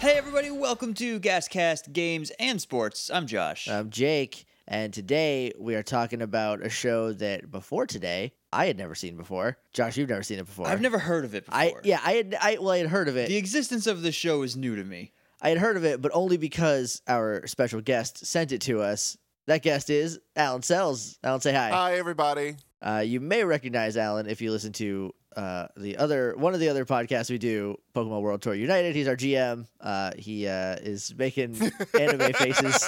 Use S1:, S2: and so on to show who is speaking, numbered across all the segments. S1: Hey everybody, welcome to Gascast Games and Sports. I'm Josh.
S2: I'm Jake, and today we are talking about a show that before today I had never seen before. Josh, you've never seen it before.
S1: I've never heard of it before.
S2: I yeah, I had I well, I had heard of it.
S1: The existence of this show is new to me.
S2: I had heard of it, but only because our special guest sent it to us. That guest is Alan Sells. Alan, say hi.
S3: Hi, everybody.
S2: Uh, you may recognize Alan if you listen to uh, the other one of the other podcasts we do, Pokemon World Tour United. He's our GM. Uh, he uh, is making anime faces,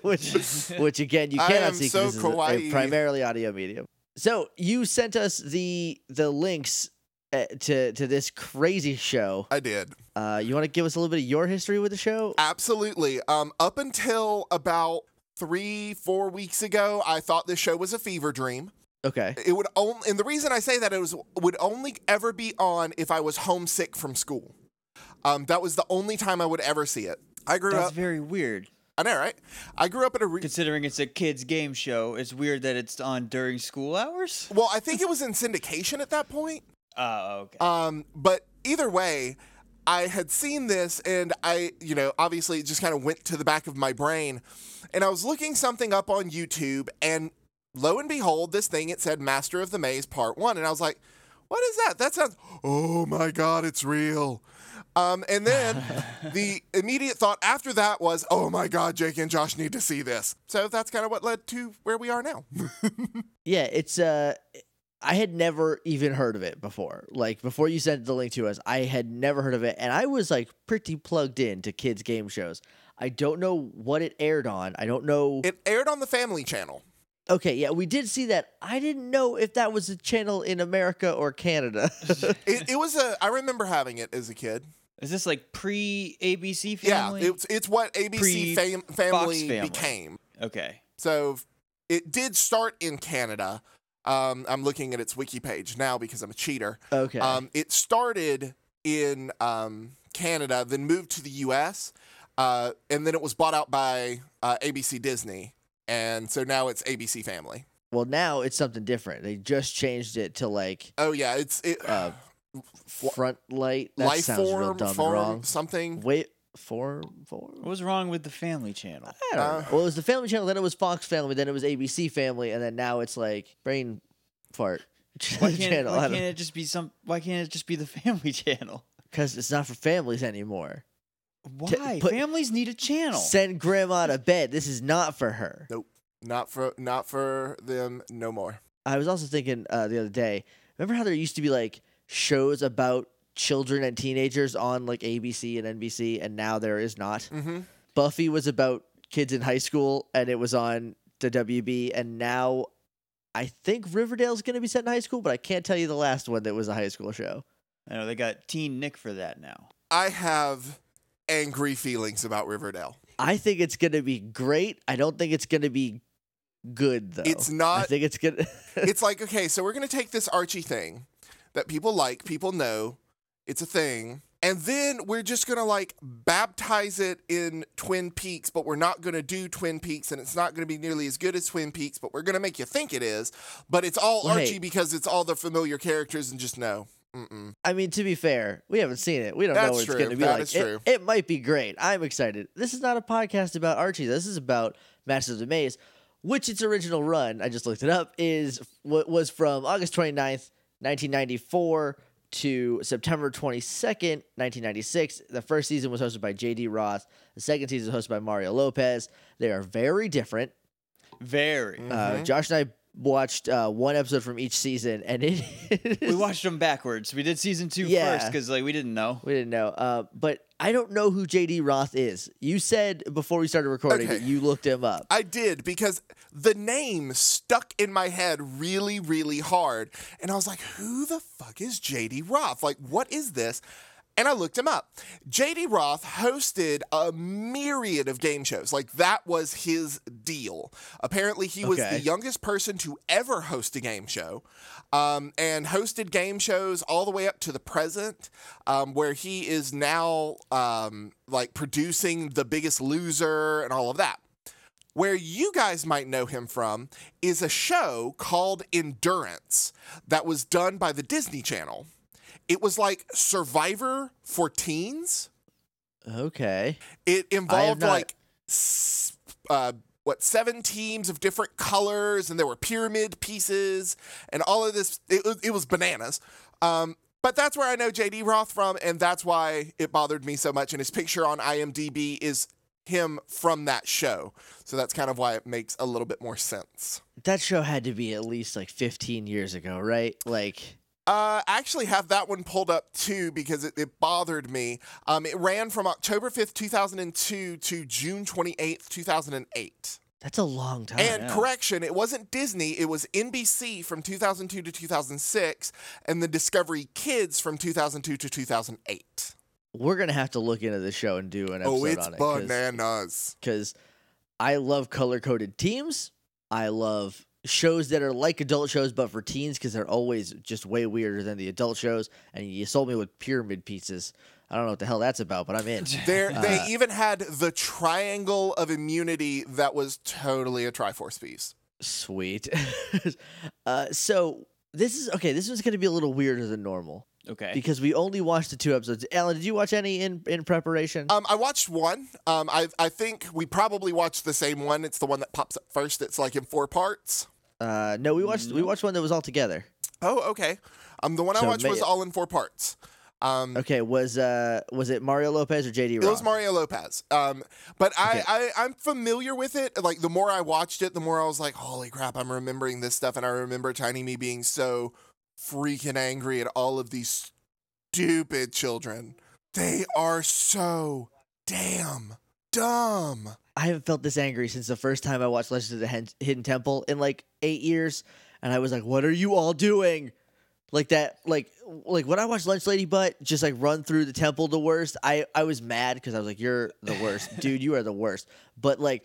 S2: which which again you
S3: I
S2: cannot
S3: am
S2: see. 'cause
S3: so
S2: this is a- a,
S3: kawaii.
S2: primarily audio medium. So you sent us the the links uh, to to this crazy show.
S3: I did.
S2: Uh, you want to give us a little bit of your history with the show?
S3: Absolutely. Um, up until about three, four weeks ago, I thought this show was a fever dream.
S2: Okay.
S3: It would only, and the reason I say that it was would only ever be on if I was homesick from school. Um, that was the only time I would ever see it. I grew
S1: That's
S3: up.
S1: very weird.
S3: I know, right? I grew up in a. Re-
S1: Considering it's a kids' game show, it's weird that it's on during school hours.
S3: well, I think it was in syndication at that point.
S1: Oh,
S2: Uh,
S1: okay.
S3: Um, but either way, I had seen this and I, you know, obviously it just kind of went to the back of my brain. And I was looking something up on YouTube and lo and behold, this thing, it said Master of the Maze Part 1. And I was like, what is that? That sounds, oh my God, it's real. Um, and then the immediate thought after that was, oh my God, Jake and Josh need to see this. So that's kind of what led to where we are now.
S2: Yeah, it's uh I had never even heard of it before. Like before you sent the link to us, I had never heard of it and I was like pretty plugged in to kids game shows. I don't know what it aired on. I don't know
S3: it aired on the Family Channel.
S2: Okay, yeah, we did see that. I didn't know if that was a channel in America or Canada.
S3: It, it was a, I remember having it as a kid.
S1: is this like pre ABC
S3: Yeah,
S1: family?
S3: it's it's what
S1: Pre-
S3: ABC fam- family,
S1: Family.
S3: became.
S1: okay.
S3: So f- it did start in Canada. Um, I'm looking at its wiki page now because I'm a cheater.
S2: okay.
S3: Um, it started in um, Canada, then moved to the U.S., uh, and then it was bought out by uh, ABC Disney, and so now it's ABC Family.
S2: well, now it's something different. They just changed it to like
S3: Oh yeah, it's it
S2: uh front light. That
S3: life
S2: sounds real
S3: form,
S2: dumb and
S3: form
S2: wrong.
S3: something.
S2: Wait, form form
S1: What was wrong with the Family Channel?
S2: I don't
S3: Uh,
S2: know. Well, it was the Family Channel, then it was Fox Family, then it was ABC Family, and then now it's like Brain Fart
S1: Why can't,
S2: Channel.
S1: why can't it just be some? Why can't it just be the Family Channel?
S2: Because it's not for families anymore.
S1: Why?
S2: put-
S1: Families need a channel.
S2: Send Grandma to bed. This is not for her.
S3: Not for not for them no more.
S2: I was also thinking uh, the other day. Remember how there used to be like shows about children and teenagers on like ABC and NBC, and now there is not.
S3: Mm-hmm.
S2: Buffy was about kids in high school, and it was on the WB, and now. I think Riverdale's going to be set in high school, but I can't tell you the last one that was a high school show.
S1: I know they got Teen Nick for that now.
S3: I have angry feelings about Riverdale.
S2: I think it's going to be great. I don't think it's going to be good though.
S3: It's
S2: I
S3: not-
S2: think it's going. to
S3: it's like, okay, so we're going to take this Archie thing that people like, people know, it's a thing. And then we're just going to like baptize it in Twin Peaks, but we're not going to do Twin Peaks and it's not going to be nearly as good as Twin Peaks, but we're going to make you think it is. But it's all
S2: Well, hey.
S3: Archie because it's all the familiar characters and just no. Mm-mm.
S2: I mean, to be fair, we haven't seen it. We don't know
S3: That's
S2: what it's
S3: true.
S2: going to be
S3: That
S2: like.
S3: is
S2: It-
S3: true.
S2: It, might be great. I'm excited. This is not a podcast about Archie. This is about Masters of the Maze, which its original run, I just looked it up, is what was from August 29th, 1994 to September 22nd, 1996. The first season was hosted by J.D. Roth. The second season was hosted by Mario Lopez. They are very different.
S1: Very.
S3: Mm-hmm.
S2: Uh, Josh and I watched uh, one episode from each season, and it
S1: we watched them backwards. We did season two first 'cause
S2: Yeah.
S1: because like we didn't know.
S2: we didn't know. Uh, but I don't know who JD Roth is. You said before we started recording
S3: Okay.
S2: that you looked him up.
S3: I did because the name stuck in my head really, really hard. And I was like, who the fuck is JD Roth? Like, what is this? And I looked him up. JD Roth hosted a myriad of game shows. Like, that was his deal. Apparently, he was
S2: Okay.
S3: the youngest person to ever host a game show um, and hosted game shows all the way up to the present, um, where he is now um, like producing The Biggest Loser and all of that. Where you guys might know him from is a show called Endurance that was done by the Disney Channel. It was like Survivor for teens.
S2: Okay.
S3: It involved
S2: not-
S3: like s- uh, what seven teams of different colors, and there were pyramid pieces, and all of this. It, was- it was bananas. Um, but that's where I know JD Roth from, and that's why it bothered me so much. And his picture on IMDb is him from that show, so that's kind of why it makes a little bit more sense.
S2: That show had to be at least like 15 years ago, right? Like,
S3: Uh, I actually have that one pulled up too because it, it bothered me. Um, it ran from October 5th, 2002 to June 28th, 2008.
S2: that's a long time.
S3: And
S2: Oh, yeah.
S3: correction, it wasn't Disney, it was NBC from 2002 to 2006 and the Discovery Kids from 2002 to 2008.
S2: We're going to have to look into the show and do an episode
S3: Oh, it's
S2: on it. 'cause-
S3: bananas.
S2: because I love color coded teams. I love shows that are like adult shows but for teens because they're always just way weirder than the adult shows. And you sold me with pyramid pieces. I don't know what the hell that's about, but I'm in.
S3: There,
S2: Uh,
S3: they even had the Triangle of Immunity that was totally a Triforce piece.
S2: Sweet. uh, so this is okay. This one's going to be a little weirder than normal
S1: Okay.
S2: because we only watched the two episodes. Alan, did you watch any in in preparation?
S3: Um, I watched one. Um, I, I think we probably watched the same one. It's the one that pops up first. It's like in four parts.
S2: Uh, no, we watched we watched one that was all together.
S3: Oh, okay. Um, the one I
S2: So
S3: watched
S2: may-
S3: was all in four parts. Um,
S2: Okay, was uh was it Mario Lopez or JD?
S3: It
S2: Roth?
S3: was Mario Lopez. Um, but I, I, I'm familiar with it. Like the more I watched it, the more I was like, holy crap, I'm remembering this stuff. And I remember Tiny Me being so freaking angry at all of these stupid children. They are so damn dumb.
S2: I haven't felt this angry since the first time I watched Legends of the Hen- Hidden Temple in like eight years, and I was like, "What are you all doing?" Like that, like like when I watched Lunch Lady Butt just like run through the temple the worst. I I was mad because I was like, "You're the worst, dude. You are the worst." But like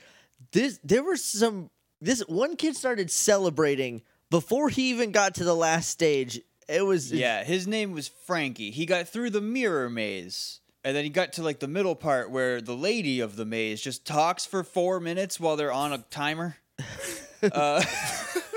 S2: this, there were some. This one kid started celebrating before he even got to the last stage. It was
S1: Yeah, his name was Frankie. He got through the mirror maze. And then he got to like the middle part where the lady of the maze just talks for four minutes while they're on a timer. uh,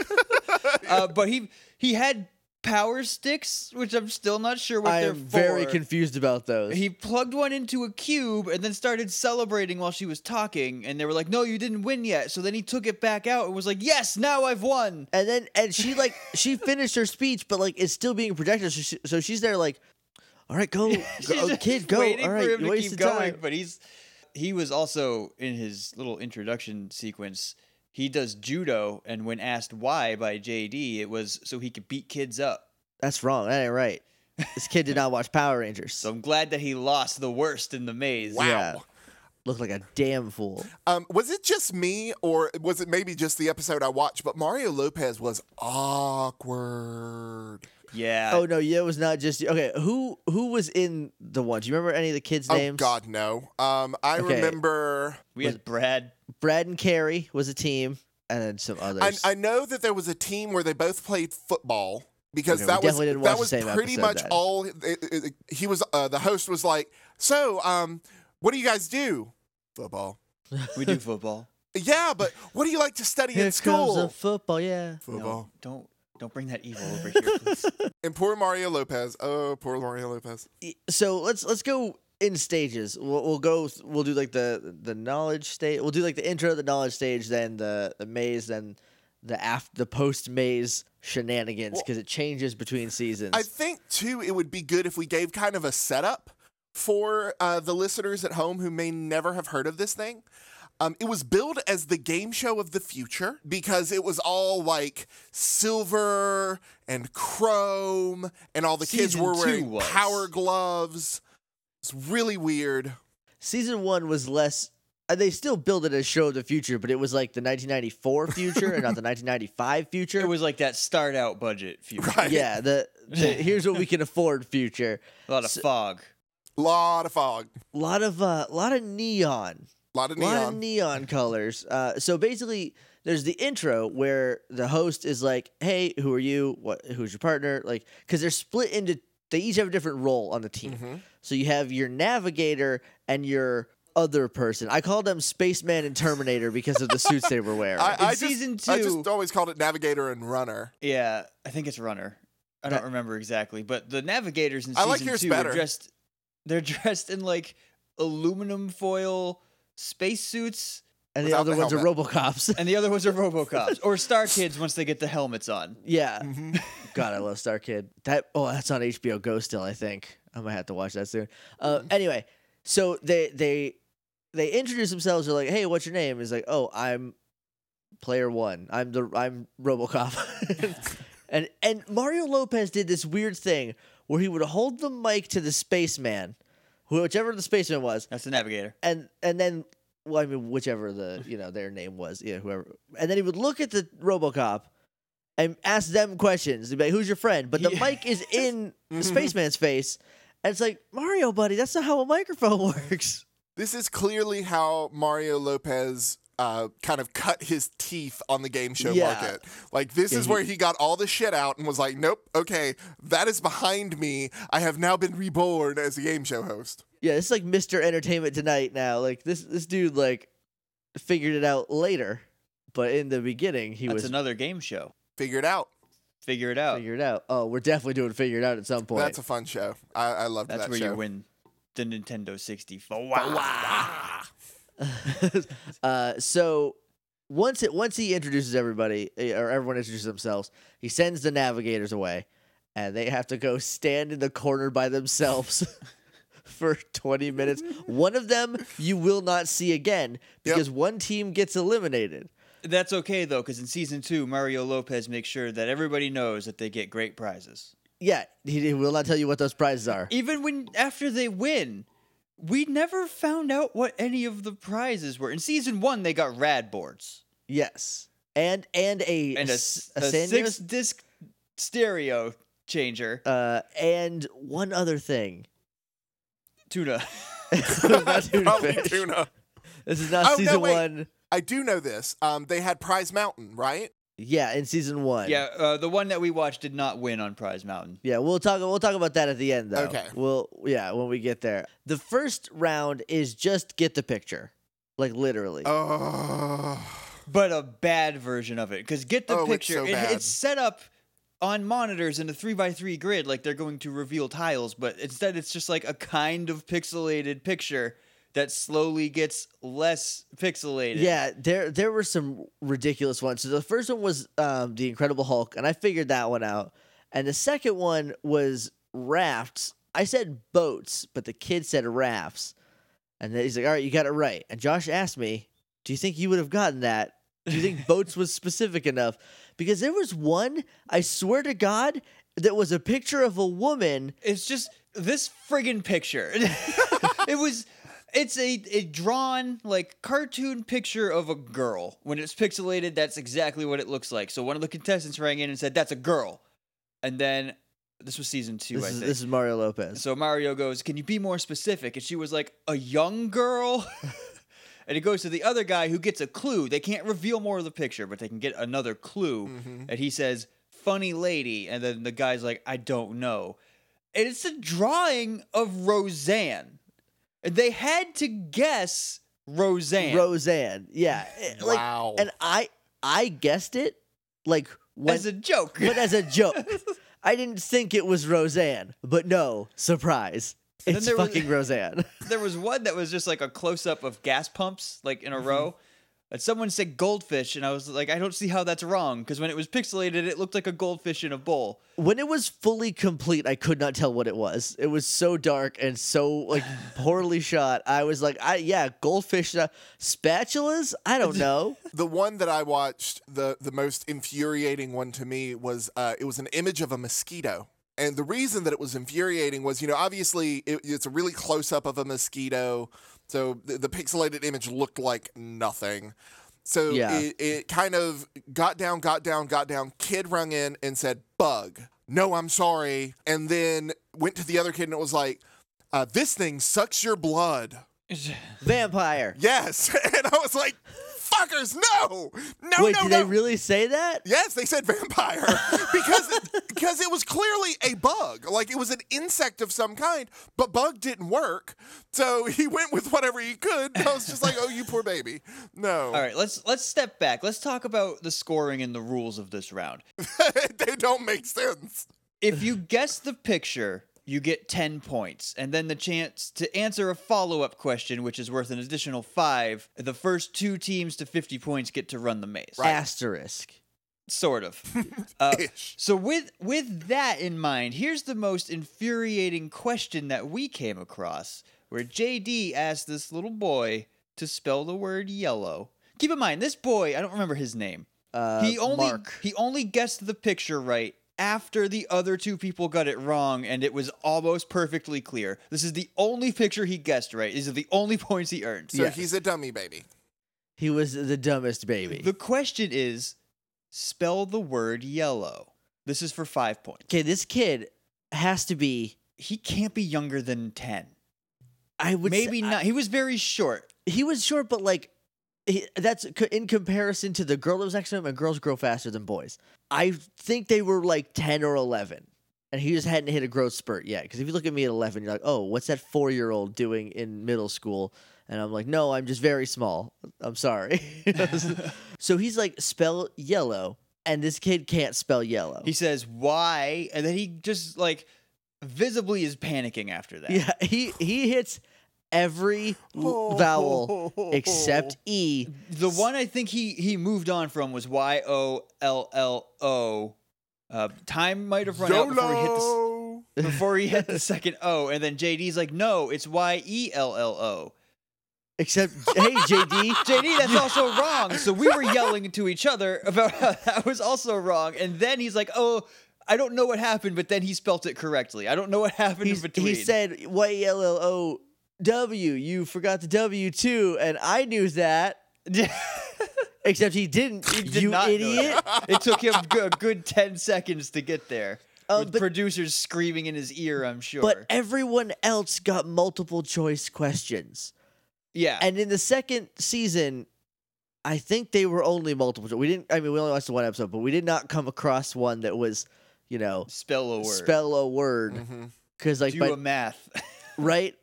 S1: uh, but he he had power sticks, which I'm still not sure what
S2: I
S1: they're
S2: am very
S1: for.
S2: confused about those.
S1: He plugged one into a cube and then started celebrating while she was talking. And they were like, "No, you didn't win yet." So then he took it back out and was like, "Yes, now I've won."
S2: and then and she like she finished her speech, but like it's still being projected. So, she, so she's there like, all right, go,
S1: She's
S2: go
S1: just
S2: Oh, kid, go.
S1: Waiting
S2: All right,
S1: for
S2: you
S1: him to keep
S2: wasted
S1: going,
S2: time.
S1: but he's he was also in his little introduction sequence. He does judo, and when asked why by JD, it was so he could beat kids up.
S2: That's wrong. That ain't right. This kid did not watch Power Rangers.
S1: So I'm glad that he lost the worst in the maze.
S3: Wow.
S2: Yeah. Looked like a damn fool.
S3: Um, was it just me, or was it maybe just the episode I watched? But Mario Lopez was awkward.
S1: Yeah.
S2: Oh no, yeah, it was not just you. Okay, who who was in the one? Do you remember any of the kids' names?
S3: Oh, God, no. Um, I
S2: Okay.
S3: remember.
S1: we had Brad.
S2: Brad and Carrie was a team, and then some
S3: I,
S2: others.
S3: I know that there was a team where they both played football because
S2: Okay, we
S3: that was
S2: definitely didn't
S3: that
S2: watch the
S3: was
S2: same
S3: pretty
S2: episode
S3: much
S2: then.
S3: all it, it- it- he was. Uh, the host was like, "So, um, what do you guys do? Football?
S1: We do football.
S3: Yeah, but what do you like to study
S2: Here
S3: in
S2: comes
S3: school?
S2: the football, yeah.
S1: No,
S3: football."
S1: don't don't bring that evil over here. please.
S3: And poor Mario Lopez. Oh, poor Mario Lopez.
S2: so let's let's go in stages. We'll, we'll go. We'll do like the the knowledge stage. We'll do like the intro, the knowledge stage, then the the maze, then the after the post maze shenanigans because it changes between seasons.
S3: I think too, it would be good if we gave kind of a setup for uh, the listeners at home who may never have heard of this thing. Um, it was billed as the game show of the future because it was all like silver and chrome, and all the kids
S1: Season
S3: were
S1: two
S3: wearing
S1: was.
S3: power gloves. It's really weird.
S2: Season one was less. uh, They still build it as show of the future, but it was like the 1994 future and not the 1995 future.
S1: it was like that start out budget future.
S3: Right.
S2: yeah, the, the here's what we can afford future.
S1: A lot of fog.
S3: Lot of fog,
S2: A lot of a uh, lot of neon.
S3: lot of
S2: A lot of
S3: neon.
S2: neon colors. Uh, so basically, there's the intro where the host is like, "Hey, who are you? What? Who's your partner?" Like, because they're split
S3: Mm-hmm.
S2: into, they each have a different role on the team. So you have your navigator and your other person. I called them Spaceman and Terminator because of the suits they were wearing.
S3: I, I
S1: season
S3: just, I just
S1: two-
S3: always called it Navigator and Runner.
S1: Yeah, I think it's Runner. I don't
S2: That-
S1: remember exactly, but the navigators in
S3: I
S1: season
S3: like yours
S1: two are
S3: better.
S1: dressed. They're dressed in like aluminum foil spacesuits,
S2: and the
S3: without
S2: other
S3: the
S2: ones are Robocops.
S1: and the other ones are RoboCops or Star Kids once they get the helmets on.
S2: yeah. God, I love Star Kid. That oh, that's on HBO Go still. I think I might have to watch that soon. Uh, anyway, so they they they introduce themselves. They're like, "Hey, what's your name?" Is like, "Oh, I'm Player One. I'm the I'm RoboCop." and and Mario Lopez did this weird thing where he would hold the mic to the spaceman, who- whichever the spaceman was,
S1: That's the navigator.
S2: and and then well, I mean, whichever the you know their name was, yeah, whoever. And then he would look at the RoboCop and ask them questions. He'd be like, "Who's your friend?" But the
S1: Yeah. Mm-hmm.
S2: mic is in the spaceman's face, and it's like Mario, buddy, that's not how a microphone works.
S3: This is clearly how Mario Lopez uh, kind of cut his teeth on the game show
S2: Yeah.
S3: market. Like, this
S2: Yeah,
S3: is
S2: he-
S3: where he got all the shit out and was like, nope, okay, that is behind me. I have now been reborn as a game show host.
S2: Yeah, it's like Mister Entertainment Tonight now. Like this this dude like figured it out later, but in the beginning he
S1: That's
S2: was
S1: another game show.
S3: Figure it out.
S1: Figure it out.
S2: figured out. Oh, we're definitely doing figure it out at some point.
S3: That's a fun show. I, I loved
S1: That's
S3: that
S1: where
S3: show.
S1: you win the Nintendo 64.
S3: Wah.
S2: uh, so once it once he introduces everybody eh, or everyone introduces themselves, he sends the navigators away, and they have to go stand in the corner by themselves for twenty minutes. One of them you will not see again because one team gets eliminated.
S1: That's okay though, because in season two, Mario Lopez makes sure that everybody knows that they get great prizes.
S2: Yeah, he, he will not tell you what those prizes are.
S1: Even when after they win, we never found out what any of the prizes were. In season one, they got rad boards
S2: Yes, and and a
S1: and a,
S2: s-
S1: s- a
S2: Sandisk-
S1: six disc stereo changer
S2: uh, and one other thing.
S1: tuna.
S2: Not tuna
S3: Probably
S2: fish.
S3: tuna.
S2: This is not
S3: Oh, no,
S2: season
S3: wait.
S2: one.
S3: I do know this. Um, they had Prize Mountain, right?
S2: Yeah, in season one.
S1: yeah, uh, the one that we watched did not win on Prize Mountain.
S2: Yeah, we'll talk. We'll talk about that at the end, though.
S3: Okay.
S2: We'll yeah, when we get there. The first round is just get the picture, like literally.
S3: Oh,
S1: but a bad version of it. Because get the
S3: Oh, it's
S1: picture.
S3: so
S1: it-
S3: bad.
S1: it's set up on monitors in a three by three grid, like they're going to reveal tiles, but instead it's just like a kind of pixelated picture that slowly gets less pixelated.
S2: Yeah, there there were some ridiculous ones. So the first one was um, the Incredible Hulk, and I figured that one out. And the second one was rafts. I said boats, but the kid said rafts. And then he's like, "All right, you got it right." And Josh asked me, "Do you think you would have gotten that? Do you think boats was specific enough?" Because there was one, I swear to God, that was a picture of a woman.
S1: It's just this friggin' picture. it was. It's a, a drawn like cartoon picture of a girl. When it's pixelated, that's exactly what it looks like. So one of the contestants rang in and said, "That's a girl," and then this was season two.
S2: This
S1: I
S2: is,
S1: think
S2: this is Mario Lopez.
S1: So Mario goes, Can you be more specific? And she was like, A young girl? and it goes to the other guy who gets a clue. They can't reveal more of the picture, but they can get another clue. And he says, Funny lady. And then the guy's like, I don't know. And it's a drawing of Roseanne. And they had to guess Roseanne.
S2: Roseanne, yeah, It- like,
S3: wow.
S2: and I I guessed it like when
S1: as a joke.
S2: but as a joke. I didn't think it was Roseanne, but no, surprise.
S1: And then
S2: It's
S1: there was-
S2: fucking Roseanne.
S1: there was one that was just like a close up of gas pumps, like in a row. And someone said goldfish, and I was like, I don't see how that's wrong, because when it was pixelated, it looked like a goldfish in a bowl.
S2: When it was fully complete, I could not tell what it was. It was so dark and so like poorly shot. I was like, I yeah, goldfish uh, spatulas? I don't know.
S3: the one that I watched, the the most infuriating one to me was uh, it was an image of a mosquito. And the reason that it was infuriating was, you know, obviously it, it's a really close up of a mosquito, so the, the pixelated image looked like nothing. So
S2: Yeah.
S3: it, it kind of got down, got down, got down. Kid rung in and said, "Bug." No, I'm sorry. And then went to the other kid and it was like, uh, "This thing sucks your blood."
S2: Vampire.
S3: Yes, and I was like, motherfuckers, no, no,
S2: Wait,
S3: no,
S2: did
S3: no.
S2: they really say that?
S3: Yes, they said vampire because it, because it was clearly a bug, like it was an insect of some kind. But bug didn't work, so he went with whatever he could. I was just like, "Oh, you poor baby." No,
S1: All right, let's let's step back. Let's talk about the scoring and the rules of this round.
S3: they don't make sense.
S1: If you guess the picture, you get 10 points and then the chance to answer a follow-up question which is worth an additional 5. The first two teams to 50 points get to run the maze.
S2: Asterisk.
S1: Sort of. Uh,
S3: Ish.
S1: so with with that in mind, here's the most infuriating question that we came across where JD asked this little boy to spell the word yellow. Keep in mind this boy, I don't remember his name
S2: Uh,
S1: he only
S2: Mark.
S1: he only guessed the picture right after the other two people got it wrong and it was almost perfectly clear this is the only picture he guessed right these are the only points he earned
S3: So
S2: Yes.
S3: he's a dummy baby.
S2: He was the dumbest baby.
S1: the question is spell the word yellow this is for five points
S2: Okay, this kid has to be.
S1: he can't be younger than 10
S2: I would say-
S1: maybe not he was very short
S2: he was short, but like he, that's co- in comparison to the girl that was next to him. And girls grow faster than boys. I think they were like ten or eleven, and he just hadn't hit a growth spurt yet. Because if you look at me at eleven, you're like, oh, what's that four year old doing in middle school? And I'm like, no, I'm just very small. I'm sorry. so he's like, spell yellow, and this kid can't spell yellow.
S1: he says why and then he just like visibly is panicking after that
S2: yeah, he he hits every l- vowel except E.
S1: The one I think he he moved on from was Y O L L O. Uh, time might have run out before he hit the
S3: YOLO.
S1: s- before he hit the second O, and then JD's like, no, it's Y E L L O.
S2: Except, hey, JD,
S1: JD, that's also wrong. So we were yelling to each other about how that was also wrong, and then he's like, oh. I don't know what happened, but then he spelt it correctly. I don't know what happened
S2: He's-
S1: in between.
S2: He said Y E L L O W. You forgot the W too, and I knew that. Except he didn't.
S1: Did
S2: you
S1: not know
S2: idiot.
S1: that. It took him g- a good ten seconds to get there.
S2: Uh,
S1: with
S2: but-
S1: producers screaming in his ear, I'm sure.
S2: But everyone else got multiple choice questions.
S1: yeah,
S2: And in the second season, I think they were only multiple choice. We didn't. I mean, we only watched the one episode, but we did not come across one that was, you know,
S1: spell a word. Mm.
S2: spell a word
S3: Mhm.
S2: because like
S1: Do
S2: by
S1: a math.
S2: right?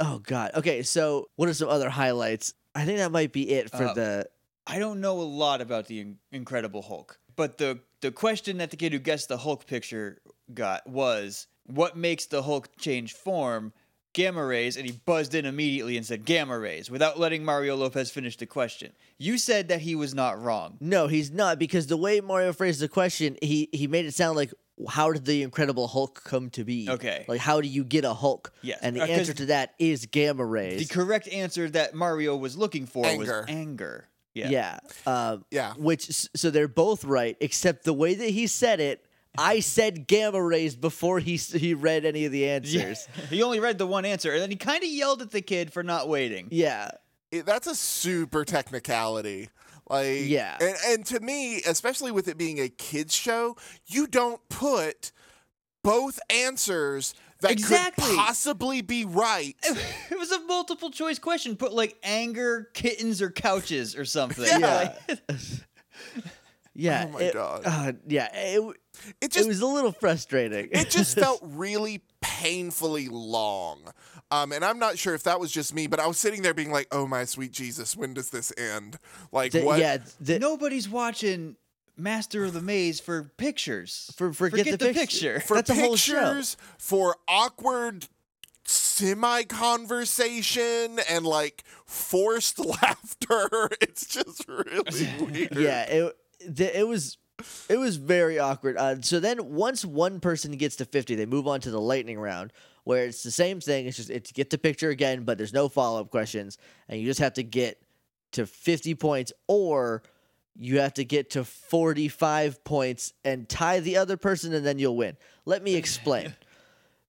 S2: Oh God. Okay. So what are some other highlights? I think that might be it for
S1: Uh,
S2: the.
S1: I don't know a lot about the In- Incredible Hulk, but the the question that the kid who guessed the Hulk picture got was, "What makes the Hulk change form?" Gamma rays, and he buzzed in immediately and said gamma rays without letting Mario Lopez finish the question. You said that he was not wrong.
S2: No, he's not because the way Mario phrased the question, he he made it sound like how did the Incredible Hulk come to be?
S1: Okay.
S2: Like how do you get a Hulk?
S1: Yes,
S2: And the
S1: uh, 'cause-
S2: answer to that is gamma
S1: The
S2: rays.
S1: correct answer that Mario was looking for
S3: Anger.
S1: was anger. Yeah.
S2: yeah. Um,
S3: Yeah.
S2: Which s- so they're both right except the way that he said it. I said gamma rays before he s- he read any of the
S1: Yeah.
S2: answers.
S1: he only read the one answer, and then he kind of yelled at the kid for not waiting.
S2: Yeah.
S3: It- that's a super technicality. Like
S2: Yeah.
S3: and, and to me, especially with it being a kids show, you don't put both answers that
S1: Exactly.
S3: could possibly be right.
S1: It was a multiple choice question. Put like anger, kittens, or couches or something.
S2: Yeah. Yeah.
S3: Oh my
S2: it-
S3: God.
S2: uh, yeah. It,
S3: It
S2: it
S3: just
S2: was a little frustrating.
S3: it just felt really painfully long. Um, and I'm not sure if that was just me, but I was sitting there being like, "Oh my sweet Jesus, when does this end?" Like
S2: The-
S3: what?
S2: yeah. the-
S1: Nobody's watching Master of the Maze for pictures.
S2: For- forget the pic-
S1: picture.
S3: for
S2: That's a whole show.
S3: pictures, for awkward semi conversation and like forced laughter. It's just really weird.
S2: yeah it the, it was it was very awkward uh, so then once one person gets to 50 they move on to the lightning round where it's the same thing it's just it's get the picture again but there's no follow-up questions and you just have to get to 50 points or you have to get to 45 points and tie the other person and then you'll win let me explain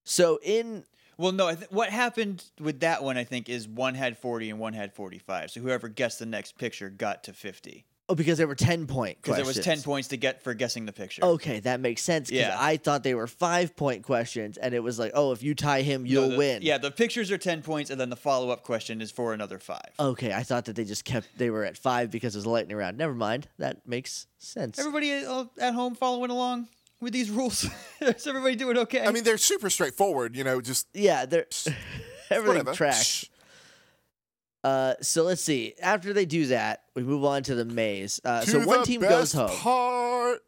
S2: so in
S1: Well, no. I th- what happened with that one, I think, is one had 40 and one had 45. So whoever guessed the next picture got to 50.
S2: Oh, because there were ten point
S1: because
S2: questions. Oh,
S1: it was 10 points to get for guessing the picture.
S2: Okay, that makes sense. 'cause
S1: Yeah.
S2: I thought they were five point questions, and it was like, oh, if you tie him,
S1: So
S2: you'll
S1: the-
S2: win.
S1: Yeah, the pictures are 10 points, and then the follow up question is for another five.
S2: Okay, I thought that they just kept they were at five because it was a lightning round. Never mind, that makes sense.
S1: Everybody uh, at home following along with these rules? Is everybody doing okay?
S3: I mean, they're super straightforward, you know, just
S2: yeah, they're everything
S3: whatever.
S2: tracks.
S3: Shh.
S2: Uh, so let's see. After they do that, we move on to the maze. Uh,
S3: To
S2: so one
S3: the
S2: team goes
S3: best
S2: home.
S3: Part.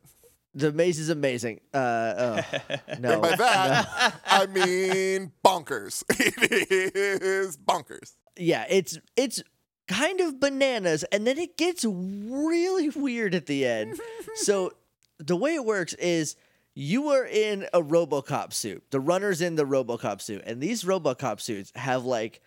S2: The maze is amazing. Uh, oh, no.
S3: And by that, I mean bonkers. It is bonkers.
S2: yeah, it's it's kind of bananas, and then it gets really weird at the end. so the way it works is you are in a RoboCop suit. The runner's in the RoboCop suit, and these RoboCop suits have like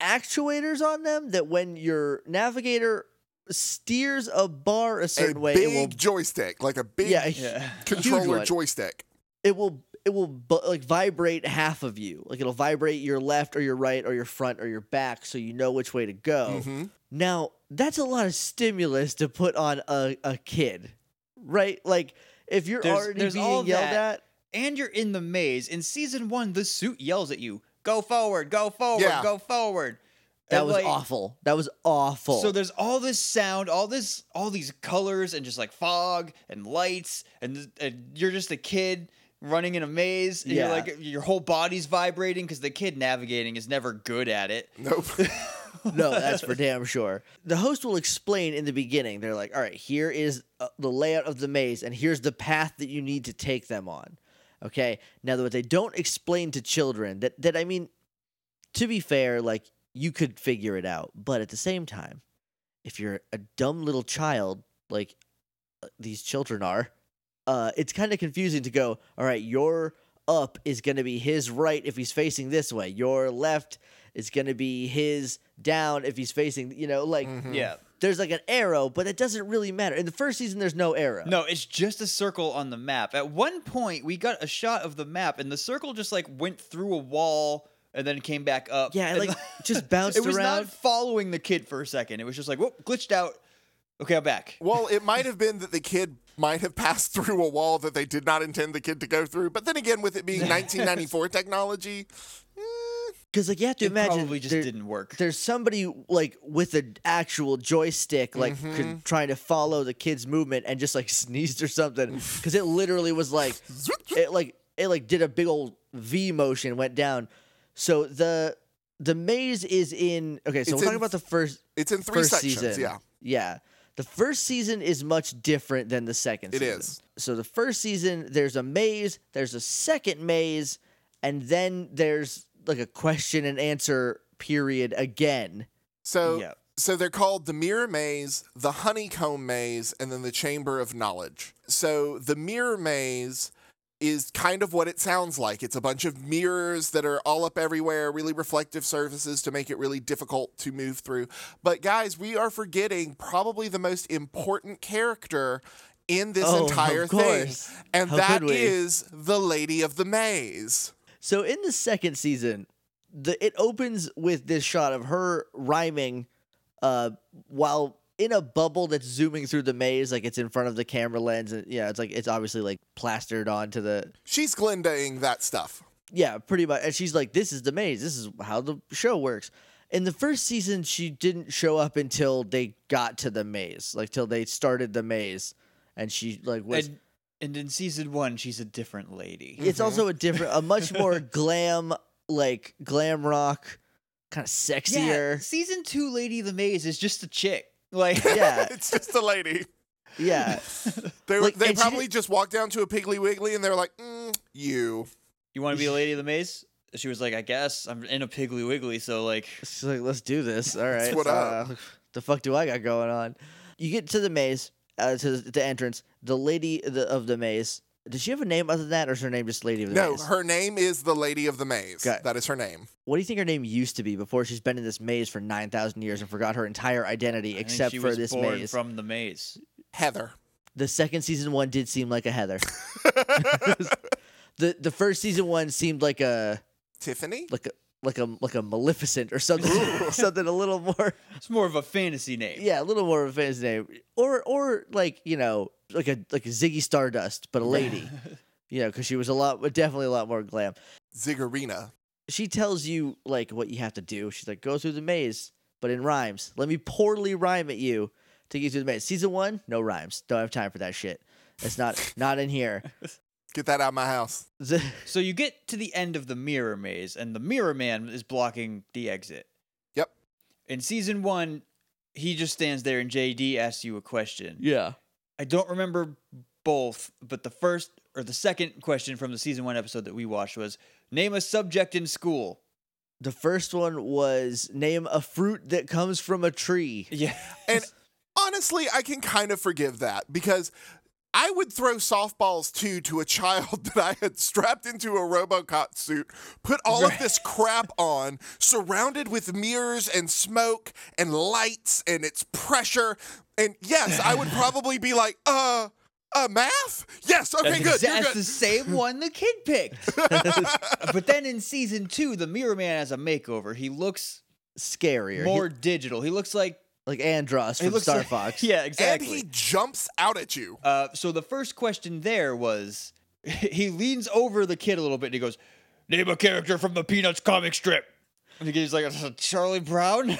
S2: actuators on them that when your navigator steers a bar a certain
S3: a
S2: way,
S3: big
S2: it will
S3: joystick, like a big
S2: yeah,
S1: yeah.
S3: controller
S2: one.
S3: joystick.
S2: it will it will bu- like vibrate half of you. Like it'll vibrate your left or your right or your front or your back, so you know which way to go.
S3: hmm
S2: Now, that's a lot of stimulus to put on a, a kid, right? Like, if you're
S1: There's-
S2: already
S1: there's
S2: being
S1: all
S2: yelled
S1: that.
S2: at,
S1: and you're in the maze. In season one, the suit yells at you, "Go forward, go forward,
S3: Yeah.
S1: go forward."
S2: that
S1: And,
S2: was
S1: like,
S2: awful. That was awful.
S1: So there's all this sound, all this, all these colors, and just like fog and lights, and, and you're just a kid running in a maze. And
S2: Yeah.
S1: You're like your whole body's vibrating because the kid navigating is never good at it.
S3: Nope.
S2: no, that's for damn sure. The host will explain in the beginning. They're like, all right, here is uh, the layout of the maze, and here's the path that you need to take them on. Okay. Now, what they don't explain to children, that, that I mean, to be fair, like, you could figure it out. But at the same time, if you're a dumb little child, like uh, these children are, uh, it's kind of confusing to go, all right, your up is going to be his right if he's facing this way. Your left is going to be his down if he's facing, you know, like
S3: Mhm.
S1: Yeah.
S2: there's like an arrow, but it doesn't really matter. In the first season, there's no arrow.
S1: No, it's just a circle on the map. At one point, we got a shot of the map, and the circle just like went through a wall and then came back up.
S2: Yeah, it,
S1: and,
S2: like just bounced
S1: it was
S2: around.
S1: not following the kid for a second. It was just like, whoop, glitched out. Okay, I'm back.
S3: Well, it might have been that the kid might have passed through a wall that they did not intend the kid to go through. But then again, with it being 1994 technology,
S2: Because like you have to
S1: It
S2: imagine
S1: probably just
S2: there-
S1: didn't work.
S2: There's somebody like with an actual joystick, like
S3: Mm-hmm.
S2: could, trying to follow the kid's movement, and just like sneezed or something. Because it literally was like, it like it like did a big old V motion, went down. So the the maze is in. Okay, so
S3: It's
S2: we're talking
S3: in
S2: about the first
S3: it's in three
S2: first
S3: sections.
S2: season.
S3: Yeah.
S2: Yeah. The first season is much different than the second
S3: It
S2: season.
S3: is.
S2: So the first season, there's a maze, there's a second maze, and then there's like a question and answer period again.
S3: So
S1: Yeah.
S3: so they're called the mirror maze, the honeycomb maze, and then the chamber of knowledge. So the mirror maze is kind of what it sounds like. It's a bunch of mirrors that are all up everywhere, really reflective surfaces to make it really difficult to move through. But guys, we are forgetting probably the most important character in this
S2: Oh, of
S3: entire thing.
S2: course.
S3: And
S2: How
S3: that
S2: could we?
S3: is the lady of the maze.
S2: So in the second season, the it opens with this shot of her rhyming uh while in a bubble that's zooming through the maze, like it's in front of the camera lens, and yeah, it's like it's obviously like plastered onto the
S3: She's Glendaing that stuff.
S2: Yeah, pretty much. And she's like, "This is the maze. This is how the show works." In the first season, she didn't show up until they got to the maze, like till they started the maze, and she like was.
S1: and, and in season one, she's a different lady.
S2: it's
S3: Mm-hmm.
S2: also a different, a much more glam, like glam rock, kind
S1: Yeah,
S2: of sexier.
S1: season two, Lady of the Maze is just a chick. Like,
S2: Yeah,
S3: It's just a lady.
S2: yeah.
S3: They, were
S2: Like,
S3: they
S2: and she
S3: probably just walked down to a Piggly Wiggly and they're like, mm, you.
S1: you want to be a Lady of the Maze? She was like, I guess I'm in a Piggly Wiggly, so like,
S2: She's like, let's do this. All right.
S3: what up.
S2: Uh, the fuck do I got going on? You get to the maze, uh, to the, the entrance. The lady of the, of the maze. Does she have a name other than that, or is her name just Lady of the
S3: No,
S2: Maze?
S3: her name is the Lady of the Maze.
S2: Got it.
S3: That is her name.
S2: What do you think her name used to be before she's been in this maze for 9,000 years and forgot her entire identity
S1: I think
S2: except
S1: she
S2: for
S1: was
S2: this
S1: born
S2: maze?
S1: from the maze.
S3: Heather.
S2: the second season one did seem like a Heather. the the first season one seemed like a
S3: Tiffany?
S2: like a like a like a Maleficent or something, something a little more,
S1: It's more of a fantasy name.
S2: yeah, a little more of a fan's name, or or like you know like a like a Ziggy Stardust, but a lady, you know, because she was a lot, definitely a lot more glam.
S3: Ziggarina.
S2: she tells you like what you have to do. She's like, go through the maze, but in rhymes. Let me poorly rhyme at you to get you through the maze. Season one, no rhymes. Don't have time for that shit. It's not not in here.
S3: Get that out of my house.
S2: The-
S1: So you get to the end of the mirror maze, and the mirror man is blocking the exit.
S3: Yep.
S1: In season one, he just stands there, and JD asks you a question.
S2: yeah.
S1: I don't remember both, but the first or the second question from the season one episode that we watched was name a subject in school.
S2: The first one was name a fruit that comes from a tree.
S1: Yeah.
S3: And honestly, I can kind of forgive that because I would throw softballs too to a child that I had strapped into a Robocop suit, put all of this crap on, surrounded with mirrors and smoke and lights and its pressure. And yes, I would probably be like, uh, uh, math? Yes, okay, good. You're
S1: That's
S3: good.
S1: the same one the kid picked. but then in season two, the mirror man has a makeover. He looks
S2: Scarier. He-
S1: more digital. He looks like
S2: like Andros
S1: he
S2: from
S1: looks
S2: Star
S1: like-
S2: Fox.
S1: yeah,
S3: and
S1: exactly.
S3: he jumps out at you.
S1: Uh, so the first question there was he leans over the kid a little bit and he goes, Name a character from the Peanuts comic strip. And the kid's like, Charlie Brown?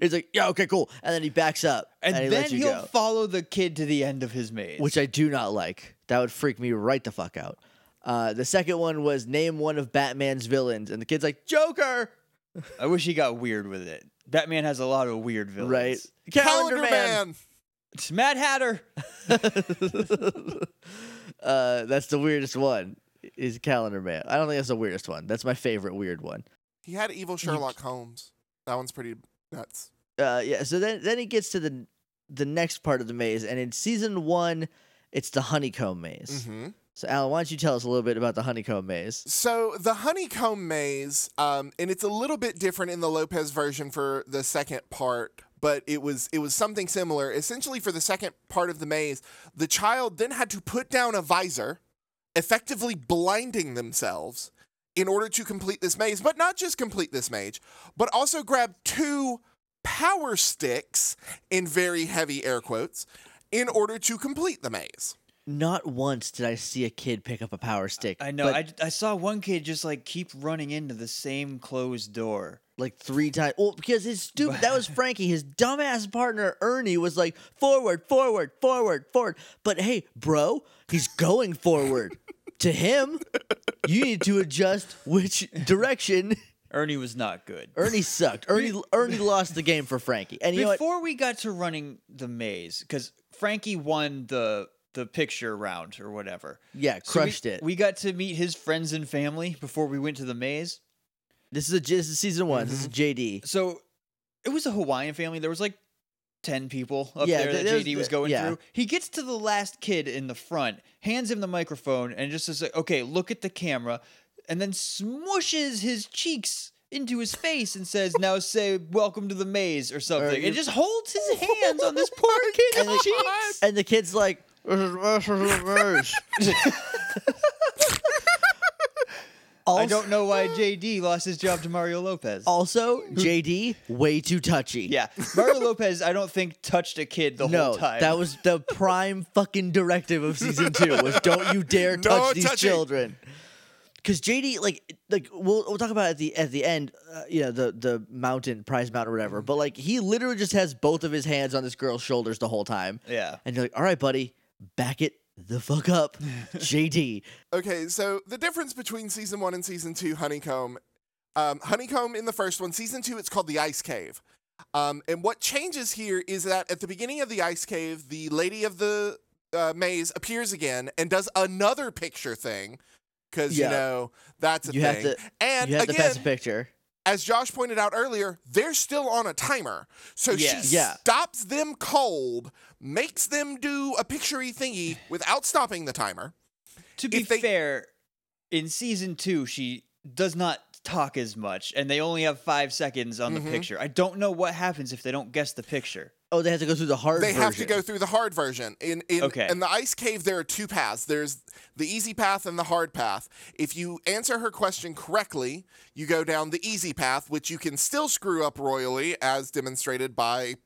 S2: He's like, yeah, okay, cool. And then he backs up
S1: And
S2: and, he
S1: then
S2: lets you
S1: he'll
S2: go.
S1: follow the kid to the end of his maze.
S2: which I do not like. That would freak me right the fuck out. Uh, the second one was name one of Batman's villains, and the kid's like Joker,
S1: I wish he got weird with it. Batman has a lot of weird villains.
S2: right? Calendar, Man.
S1: It's Mad Hatter.
S2: Uh, that's the weirdest one. Is Calendar Man? I don't think that's the weirdest one. That's my favorite weird one.
S3: He had evil Sherlock Holmes. That one's pretty nuts.
S2: Uh, yeah. So then then it gets to the the next part of the maze, and in season one, it's the honeycomb maze.
S3: Mm-hmm.
S2: So Alan, why don't you tell us a little bit about the honeycomb maze?
S3: So the honeycomb maze, um, and it's a little bit different in the Lopez version for the second part, but it was it was something similar. Essentially, for the second part of the maze, the child then had to put down a visor, effectively blinding themselves in order to complete this maze. But not just complete this maze, but also grab two power sticks in very heavy air quotes in order to complete the maze.
S2: Not once did I see a kid pick up a power stick.
S1: I know.
S2: but-
S1: I, I saw one kid just like keep running into the same closed door.
S2: like three times. Well, because his stupid that was Frankie. His dumbass partner Ernie was like forward, forward, forward, forward. But hey, bro, he's going forward. to him, you need to adjust which direction.
S1: Ernie was not good.
S2: Ernie sucked. Ernie Ernie lost the game for Frankie. And you know what?
S1: Before we got to running the maze, because Frankie won the the picture round or whatever.
S2: Yeah,
S1: So we-
S2: crushed it.
S1: We got to meet his friends and family before we went to the maze.
S2: this is a this is season one. This is
S1: Mm-hmm.
S2: JD.
S1: So it was a Hawaiian family. There was like ten people up
S2: Yeah,
S1: there
S2: th-
S1: that
S2: there was
S1: JD
S2: the-
S1: was going
S2: yeah.
S1: through. He gets to the last kid in the front, hands him the microphone, and just says, like, "Okay, look at the camera," and then smushes his cheeks into his face and says, "Now say welcome to the maze" or something.
S2: you-
S1: and just holds his hands on this poor kid's
S2: And the-
S1: cheeks.
S2: And the kid's like, "This is- this is a maze."
S1: I don't know why JD lost his job to Mario Lopez.
S2: also, JD way too touchy.
S1: Yeah, Mario Lopez, I don't think touched a kid the
S2: no,
S1: whole time.
S2: that was the prime fucking directive of season two was don't you dare touch these
S3: touching.
S2: children. Because JD, like, like we'll we'll talk about it at the at the end, uh, you know, the the mountain prize mountain or whatever.
S3: Mm-hmm.
S2: But like, he literally just has both of his hands on this girl's shoulders the whole time,
S1: yeah.
S2: and you're like, all right, buddy, back it the fuck up, JD.
S3: Okay, so the difference between season one and season two, Honeycomb. Um, Honeycomb in the first one, season two, it's called the Ice Cave. Um, and what changes here is that at the beginning of the Ice Cave, the lady of the uh, maze appears again and does another picture thing because
S2: Yeah.
S3: you know that's a
S2: You have
S3: thing.
S2: to-
S3: and
S2: you had to pass
S3: again,
S2: a picture.
S3: as Josh pointed out earlier, they're still on a timer. So
S1: Yes.
S3: she
S2: Yeah.
S3: stops them cold, makes them do a picturey thingy without stopping the timer.
S1: To be
S3: if they-
S1: fair, in season two, she does not talk
S2: Mm-hmm.
S1: as much, and they only have five seconds on the picture. I don't know what happens if they don't guess the picture.
S2: Oh, they have to go through the hard.
S3: They have to
S2: version.
S3: go through the hard version. In in,
S1: Okay.
S3: in the ice cave, there are two paths. There's the easy path and the hard path. If you answer her question correctly, you go down the easy path, which you can still screw up royally, as demonstrated by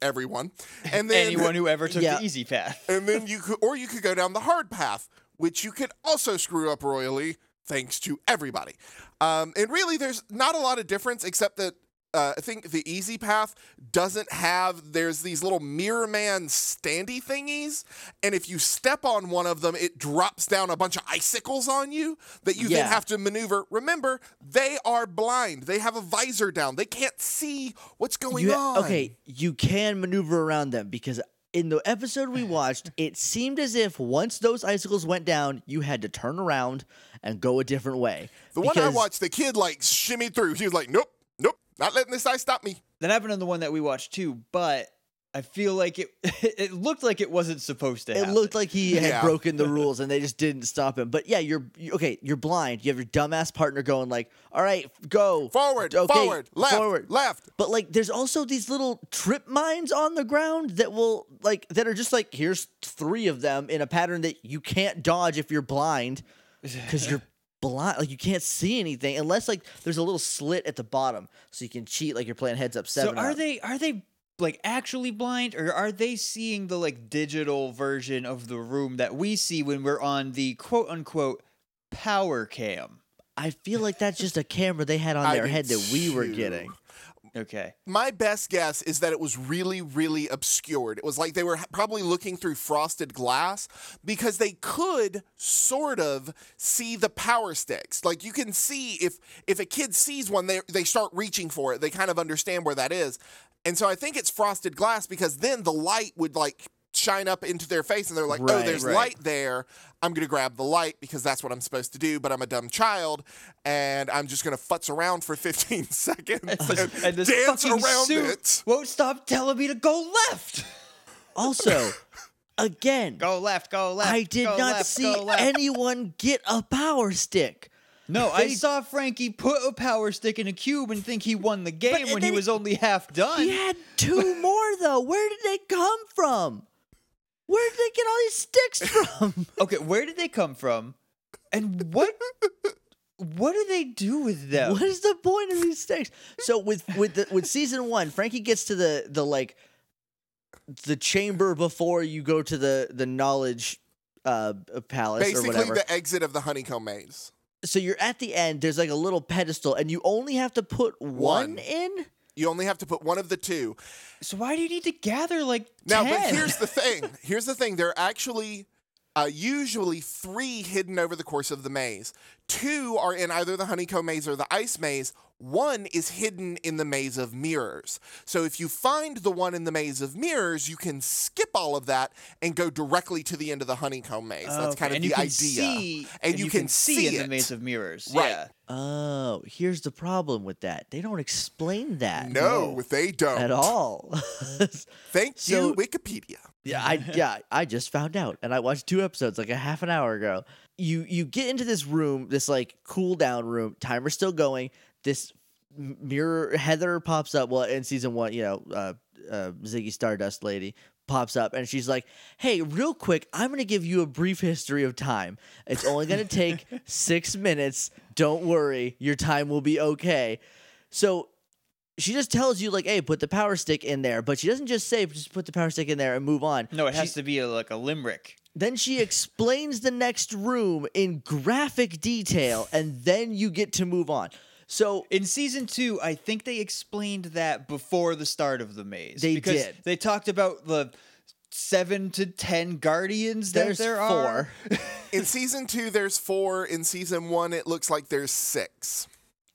S3: everyone. And then
S1: Anyone who ever took
S2: Yeah.
S1: the easy path.
S3: and then you could, or you could go down the hard path, which you could also screw up royally, thanks to everybody. Um, and really, there's not a lot of difference except that uh, I think the easy path doesn't have. There's these little mirror man standy thingies, and if you step on one of them, it drops down a bunch of icicles on you that you then
S2: Yeah.
S3: have to maneuver. Remember, they are blind. They have a visor down. They can't see what's going
S2: You ha-
S3: on.
S2: Okay, you can maneuver around them because in the episode we watched, it seemed as if once those icicles went down, you had to turn around and go a different way.
S3: The one I
S2: Because-
S3: watched, the kid like shimmied through. He was like, "Nope, nope, not letting this guy stop me."
S1: That happened in the one that we watched too, but I feel like it it looked like it wasn't supposed to
S2: It
S1: happen.
S2: looked like he had
S3: Yeah.
S2: broken the rules and they just didn't stop him. But yeah, you're you- okay. You're blind. You have your dumbass partner going like, "All right, go
S3: Forward,
S2: Okay,
S3: forward, left, left.
S2: But like, there's also these little trip mines on the ground that will like that are just like here's three of them in a pattern that you can't dodge if you're blind because you're blind. Like you can't see anything unless like there's a little slit at the bottom so you can cheat like you're playing heads up
S1: so
S2: seven.
S1: are
S2: up.
S1: they are they like actually blind or are they seeing the like digital version of the room that we see when we're on the quote unquote power cam?
S2: I feel like that's just a camera they had on
S3: I
S2: their
S3: do
S2: head that we were
S3: too.
S2: getting.
S1: Okay.
S3: My best guess is that it was really, really obscured. It was like they were h- probably looking through frosted glass because they could sort of see the power sticks. Like you can see if if a kid sees one, they they start reaching for it. They kind of understand where that is, and so I think it's frosted glass because then the light would like shine up into their face and they're like oh
S2: Right,
S3: there's
S2: right.
S3: light there i'm gonna grab the light because that's what i'm supposed to do but i'm a dumb child and i'm just gonna futz around for 15 seconds and,
S1: And this
S3: dance
S1: fucking
S3: around
S1: suit
S3: it.
S1: won't stop telling me to go left.
S2: Also, again,
S1: Go left, go left.
S2: I did
S1: go
S2: not
S1: left,
S2: see
S1: go left.
S2: anyone get a power stick.
S1: No, I
S2: They-
S1: saw Frankie put a power stick in a cube and think he won the game when
S2: then
S1: he
S2: he-
S1: was only half done.
S2: He had two more though. Where did they come from? Where did they get all these sticks from?
S1: Okay, where did they come from? And what what do they do with them?
S2: what is the point of these sticks? So with with the, with season one, Frankie gets to the the like the chamber before you go to the the knowledge uh palace or
S3: Basically,
S2: whatever.
S3: the exit of the honeycomb maze.
S2: so you're at the end. There's like a little pedestal, and you only have to put one,
S3: One.
S2: in.
S3: You only have to put one of the two.
S1: So why do you need to gather like
S3: Now,
S1: 10?
S3: but here's the thing. Here's the thing. There are actually uh, usually three hidden over the course of the maze. Two are in either the honeycomb maze or the ice maze. One is hidden in the maze of mirrors. So if you find the one in the maze of mirrors, you can skip all of that and go directly to the end of the honeycomb maze. That's
S1: Oh, Okay,
S3: kind of
S1: and
S3: the
S1: you can
S3: idea.
S1: See,
S3: and, you, can,
S1: see,
S3: see
S1: in
S3: it.
S1: the maze of mirrors.
S3: Right.
S1: Yeah.
S2: Oh, here's the problem with that. They don't explain that.
S3: no, they don't. Mm-hmm.
S2: At all.
S3: Thank
S2: So-
S3: you, Wikipedia.
S2: yeah, I yeah, I just found out and I watched two episodes like a half an hour ago. You you get into this room, this like cool down room, timer's still going. This m- mirror Heather pops up, well in season 1, you know, uh, uh Ziggy Stardust lady pops up and she's like, "Hey, real quick, I'm going to give you a brief history of time. It's only going to take 6 minutes. Don't worry, your time will be okay." So she just tells you like, "Hey, put the power stick in there," but she doesn't just say, "Just put the power stick in there and move on."
S1: No, it has to be a, like a limerick.
S2: Then she explains the next room in graphic detail, and then you get to move on. So
S1: In season two, I think they explained that before the start of the maze.
S2: They
S1: because
S2: did.
S1: They talked about the seven to ten guardians that
S2: there's
S1: there
S2: four.
S1: are. Oh,
S3: In season two, there's four. In season one, it looks like there's six.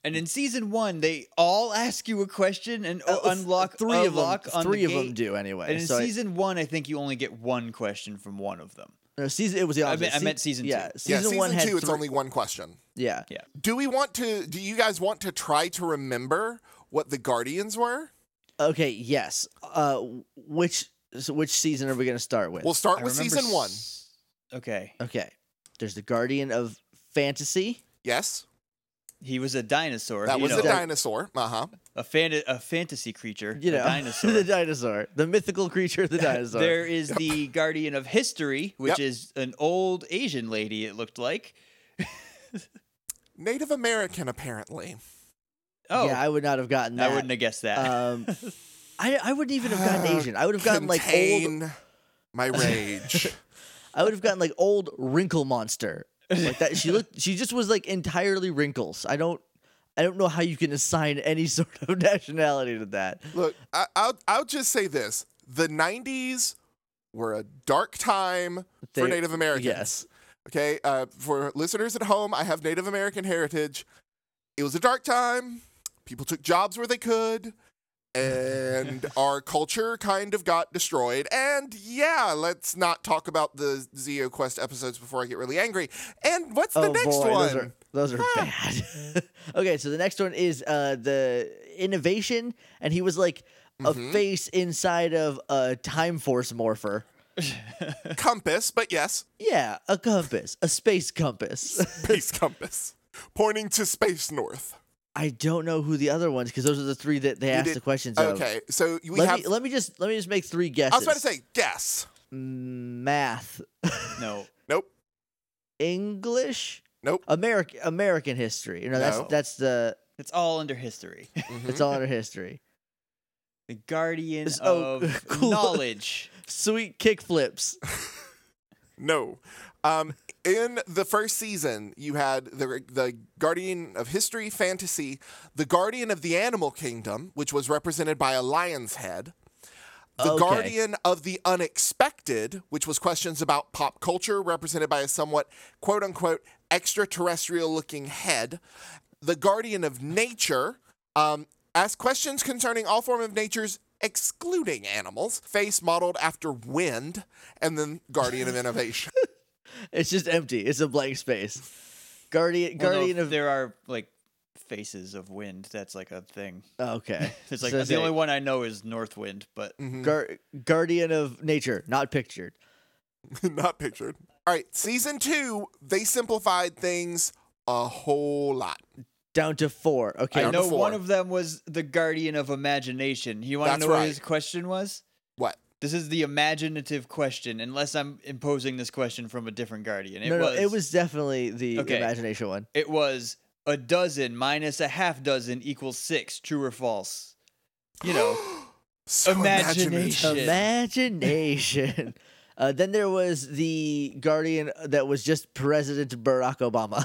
S1: And in season one, they all ask you a question and
S2: Uh, th-
S1: unlock
S2: three of them.
S1: unlock on the
S2: Three of them
S1: gate.
S2: do anyway.
S1: And in
S2: so I-
S1: season one, I think you only get one question from one of them.
S2: no, season it was the
S1: I meant-
S2: opposite.
S1: I meant season two.
S2: Yeah,
S1: Yeah,
S2: season,
S3: yeah, season
S2: one
S3: two,
S2: had
S3: it's
S2: three-
S3: only one question.
S2: yeah.
S1: Yeah.
S3: Do we want to? Do you guys want to try to remember what the guardians were?
S2: Okay, yes. Uh, which so which season are we gonna start with?
S3: We'll start
S1: I
S3: with
S1: remember
S3: season one.
S1: s- Okay.
S2: okay, there's the Guardian of Fantasy.
S3: Yes,
S1: He was a dinosaur.
S3: That
S1: you
S3: was
S1: know,
S3: a dinosaur. Uh huh.
S1: a, fan- a fantasy creature.
S2: You
S1: a
S2: know,
S1: dinosaur.
S2: the dinosaur, the mythical creature, the dinosaur.
S1: There is the guardian of history, which
S3: Yep.
S1: is an old Asian lady. It looked like.
S3: Native American, apparently.
S1: Oh,
S2: yeah, I would not have gotten
S1: I
S2: that.
S1: wouldn't have guessed that.
S2: Um, I, I wouldn't even have gotten Asian. I would have gotten like old.
S3: Contain my rage.
S2: I would have gotten like old wrinkle monster. Like that. She looked. She just was like entirely wrinkles. I don't. I don't know how you can assign any sort of nationality to that.
S3: Look, I, I'll I'll just say this: the '90s were a dark time for
S2: They-
S3: Native Americans.
S2: Yes.
S3: Okay, uh, for listeners at home, I have Native American heritage. It was a dark time. People took jobs where they could, and our culture kind of got destroyed. And yeah, let's not talk about the Zeo Quest episodes before I get really angry. And what's the
S2: oh
S3: next
S2: boy,
S3: one? Ah.
S2: those are those are bad. okay, so the next one is uh the innovation, and he was like a
S3: Mm-hmm.
S2: face inside of a time force morpher. Uh,
S3: Compass, but yes,
S2: Yeah, a compass, a space compass.
S3: space compass, pointing to space north.
S2: I don't know who the other ones because those are the three that they asked
S3: did-
S2: the questions of.
S3: Okay, so we
S2: let
S3: have.
S2: me let me just let me just make three guesses.
S3: I was about to say guess.
S2: math,
S1: no,
S3: Nope.
S2: English,
S3: Nope.
S2: American American history. You know
S3: No.
S2: that's that's the
S1: it's all under history.
S3: Mm-hmm.
S2: it's all under history.
S1: The guardian
S2: It's- oh,
S1: of
S2: cool.
S1: knowledge.
S2: Sweet kick flips.
S3: No. Um, in the first season, you had the the Guardian of History, Fantasy, the Guardian of the Animal Kingdom, which was represented by a lion's head, the
S2: Okay.
S3: Guardian of the Unexpected, which was questions about pop culture, represented by a somewhat quote unquote extraterrestrial looking head, the Guardian of Nature, um, asked questions concerning all form of nature's excluding animals, face modeled after wind, and then Guardian of Innovation.
S2: It's just empty. It's a blank space. Guardian
S1: Well, no,
S2: Guardian of
S1: there are like faces of wind. That's like a thing.
S2: Oh, okay.
S1: It's like
S2: So
S1: the
S2: say,
S1: only one I know is North Wind, but
S3: Mm-hmm.
S2: Gar- Guardian of nature, not pictured.
S3: Not pictured. All right, season two, they simplified things a whole lot.
S2: Down to four. Okay.
S1: I
S3: Down to
S1: know one
S3: four.
S1: of them was the guardian of imagination. You want to
S3: That's
S1: know what
S3: right.
S1: his question was?
S3: What?
S1: This is the imaginative question, unless I'm imposing this question from a different guardian. It
S2: no,
S1: was
S2: no, it was definitely the
S1: Okay.
S2: imagination one.
S1: it was a dozen minus a half dozen equals six, true or false. You know,
S3: So
S1: Imagination. Shit.
S2: Imagination. uh, then there was the guardian that was just President Barack Obama.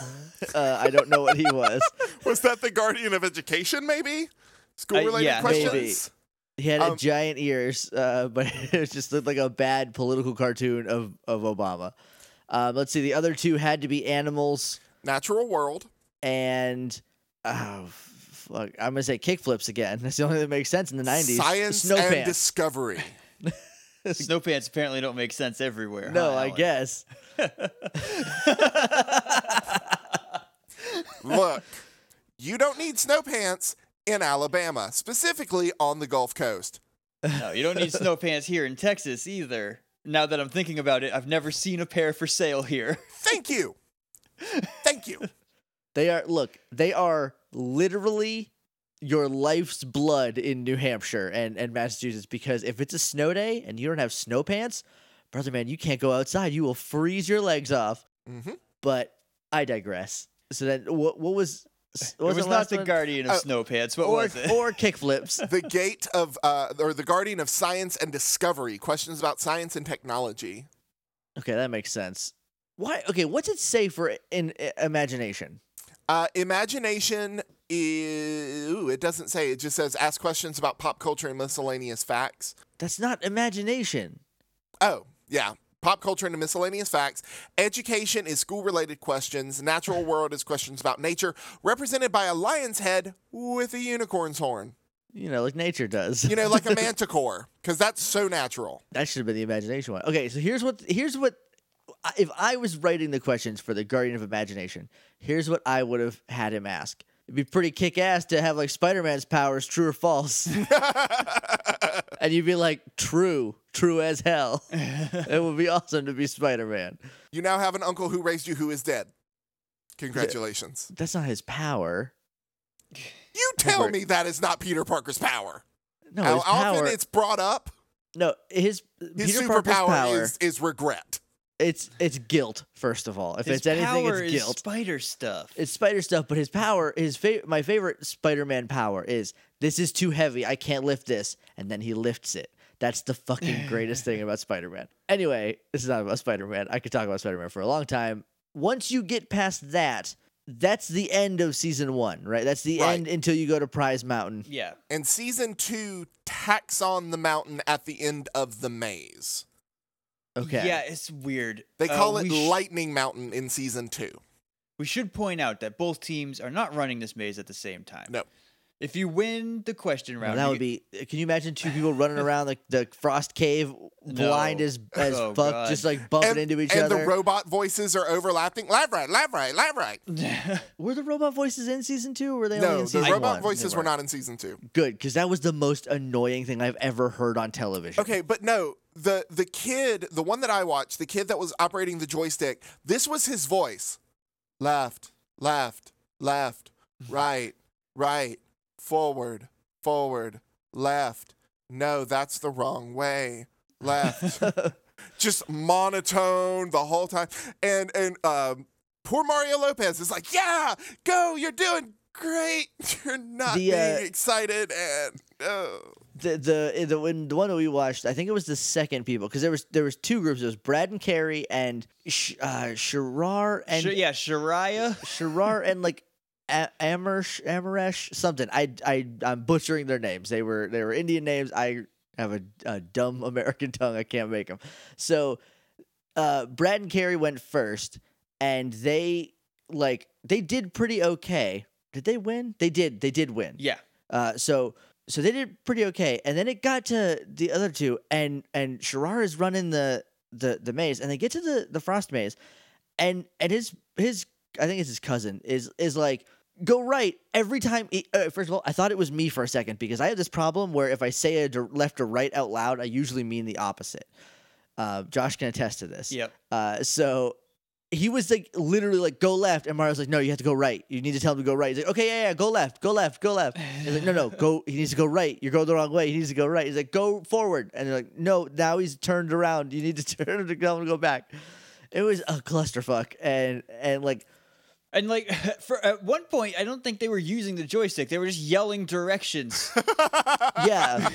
S2: uh, I don't know what he was.
S3: Was that the guardian of education, maybe? School related
S1: yeah,
S3: questions?
S2: Uh, maybe. He had a
S3: Um,
S2: giant ears, uh, but it just looked like a bad political cartoon of of Obama. Um, let's see, the other two had to be animals
S3: Natural world.
S2: and oh, fuck, I'm gonna say kickflips again. That's the only thing that makes sense in the '90s.
S3: Science
S2: Snow
S3: and
S2: pants.
S3: discovery.
S1: snow pants apparently don't make sense everywhere.
S2: no,
S1: huh,
S2: I
S1: Alan?
S2: guess.
S3: Look, you don't need snow pants in Alabama, specifically on the Gulf Coast.
S1: No, you don't need snow pants here in Texas either. Now that I'm thinking about it, I've never seen a pair for sale here.
S3: Thank you. Thank you.
S2: They are look, they are literally your life's blood in New Hampshire and, and Massachusetts because if it's a snow day and you don't have snow pants, brother man, you can't go outside. You will freeze your legs off.
S3: hmm
S2: But I digress. So then what what was what
S1: it was not
S2: last
S1: the
S2: one?
S1: guardian of
S3: Oh,
S1: snow pants. What
S2: or
S1: was it?
S2: or kickflips.
S3: The gate of, uh, or the guardian of science and discovery. Questions about science and technology.
S2: Okay, that makes sense. Why okay, what's it say for in, i- imagination?
S3: Uh, imagination is. Ooh, it doesn't say. It just says ask questions about pop culture and miscellaneous facts.
S2: That's not imagination.
S3: Oh, yeah. Pop culture and miscellaneous facts. Education is school related questions. Natural world is questions about nature, represented by a lion's head with a unicorn's horn.
S2: You know, like nature does.
S3: You know, like a manticore, because that's so natural.
S2: That should have been the imagination one. Okay, so here's what here's what if I was writing the questions for the Guardian of Imagination, here's what I would have had him ask. It'd be pretty kick ass to have like Spider Man's powers, true or false. and you'd be like, true, true as hell. it would be awesome to be Spider Man.
S3: You now have an uncle who raised you who is dead. Congratulations.
S2: That's not his power.
S3: You tell
S2: Robert.
S3: me that is not Peter Parker's power.
S2: No,
S3: How
S2: his power.
S3: often it's brought up,
S2: no, his,
S3: his
S2: Peter
S3: superpower
S2: Parker's power.
S3: Is, is regret.
S2: it's it's guilt. First of all, if
S1: His
S2: it's anything,
S1: power
S2: it's
S1: is
S2: guilt.
S1: spider stuff.
S2: it's spider stuff, but his power, his fa- my favorite Spider-Man power is this is too heavy. I can't lift this, and then he lifts it. That's the fucking greatest thing about Spider-Man. Anyway, this is not about Spider-Man. I could talk about Spider-Man for a long time. Once you get past that, that's the end of season one, right? That's the
S3: Right.
S2: end until you go to Prize Mountain.
S1: yeah.
S3: And season two tacks on the mountain at the end of the maze.
S2: Okay.
S1: Yeah, it's weird.
S3: They
S2: Oh,
S1: Uh,
S3: call it
S1: we sh-
S3: Lightning Mountain in season two.
S1: We should point out that both teams are not running this maze at the same time.
S3: No.
S1: If you win the question
S2: Well,
S1: round,
S2: that
S1: you
S2: would
S1: get-
S2: be. uh, Can you imagine two people running around the, the frost cave, blind
S1: No.
S2: as as
S1: Oh,
S2: fuck,
S1: God.
S2: just like bumping
S3: and
S2: into each
S3: and
S2: other?
S3: the robot voices are overlapping. Lab right, lab right, lab right.
S2: were the robot voices in season two? Or were they only
S3: No,
S2: in
S3: the
S2: season
S3: robot
S2: one?
S3: voices
S1: They
S3: were
S1: weren't.
S3: not in season two.
S2: Good, because that was the most annoying thing I've ever heard on television.
S3: Okay, but no, the the kid, the one that I watched, the kid that was operating the joystick, this was his voice. Left, left, left, right, right, forward, forward, left. No, that's the wrong way. Left. Just monotone the whole time. And and um poor Mario Lopez is like, "Yeah, go. You're doing great. You're not
S2: The, uh,
S3: being excited and oh.
S2: The the the when the one that we watched, I think it was the second people, because there was there was two groups. There was Brad and Carrie and Sh- uh, Sharar and
S1: Sh- yeah, Shariah.
S2: Sharar and like A- Amersh Amaresh something. I I I'm butchering their names. They were they were Indian names. I have a, a dumb American tongue. I can't make them. So uh, Brad and Carrie went first, and they like they did pretty okay. Did they win? They did. They did win.
S1: Yeah.
S2: Uh, so so they did pretty okay, and then it got to the other two, and and Shirar is running the the the maze, and they get to the the frost maze, and and his his I think it's his cousin is is like go right every time. He, uh, first of all, I thought it was me for a second because I have this problem where if I say a dir- left or right out loud, I usually mean the opposite. Uh, Josh can attest to this.
S1: Yep.
S2: Uh, so he was like literally like go left, and Mario's like, no, you have to go right. You need to tell him to go right. He's like, okay, yeah, yeah, go left, go left, go left. He's like, no, no, go. He needs to go right. You're going the wrong way. He needs to go right. He's like, go forward, and they're like, no, now he's turned around. You need to turn to tell him to go back. It was a clusterfuck, and and like
S1: And like for at one point, I don't think they were using the joystick; they were just yelling directions.
S2: yeah.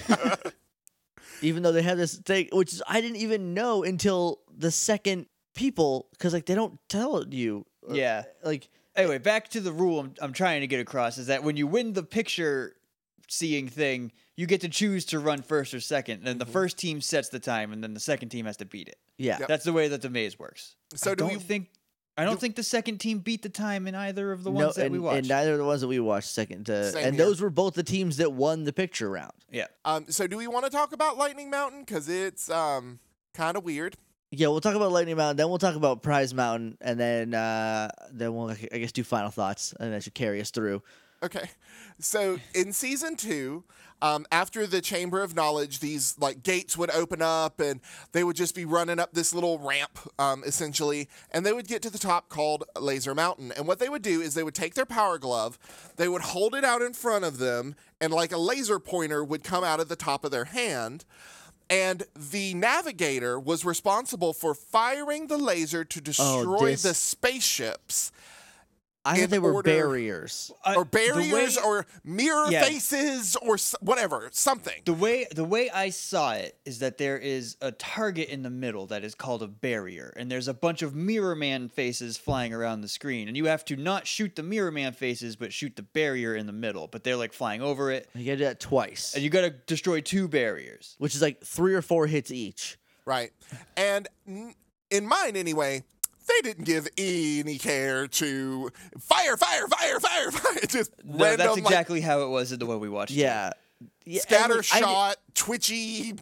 S2: even though they had this thing, which is, I didn't even know until the second people, because like they don't tell you.
S1: Yeah.
S2: Like
S1: anyway, back to the rule I'm, I'm trying to get across is that when you win the picture seeing thing, you get to choose to run first or second, and the first team sets the time, and then the second team has to beat it.
S2: yeah.
S3: Mm-hmm. Yep.
S1: That's the way that the maze works.
S3: So
S1: I
S3: do
S1: don't
S3: we-
S1: think I don't think the second team beat the time in either of the ones that
S2: and,
S1: we watched.
S2: and neither of the ones that we watched second to,
S3: Same
S2: and
S3: here.
S2: those were both the teams that won the picture round.
S1: yeah,
S3: Um, so do we want to talk about Lightning Mountain? Because it's um kind of weird.
S2: Yeah, we'll talk about Lightning Mountain, then we'll talk about Prize Mountain, and then uh, then we'll I guess do final thoughts, and that should carry us through.
S3: Okay. So in season two, um, after the Chamber of Knowledge, these like gates would open up and they would just be running up this little ramp, um, essentially, and they would get to the top called Laser Mountain. And what they would do is they would take their power glove, they would hold it out in front of them, and like a laser pointer would come out of the top of their hand. And the navigator was responsible for firing the laser to destroy
S2: this-
S3: the spaceships
S2: I thought
S3: In
S2: they were
S3: order-
S2: barriers.
S1: Uh,
S3: or
S1: the way-
S3: barriers or mirror
S1: Yeah.
S3: faces or s- whatever something
S1: The way the way I saw it is that there is a target in the middle that is called a barrier, and there's a bunch of Mirror Man faces flying around the screen, and you have to not shoot the Mirror Man faces, but shoot the barrier in the middle. But they're like flying over it,
S2: You gotta do that twice,
S1: and you got to destroy two barriers.
S2: which is like three or four hits each.
S3: right and n- in mine anyway they didn't give any care to fire fire fire fire fire just
S1: No,
S3: random
S1: that's
S3: like,
S1: exactly how it was in the way we watched. it.
S2: Yeah, yeah and,
S3: scatter
S2: like, I di-
S3: shot twitchy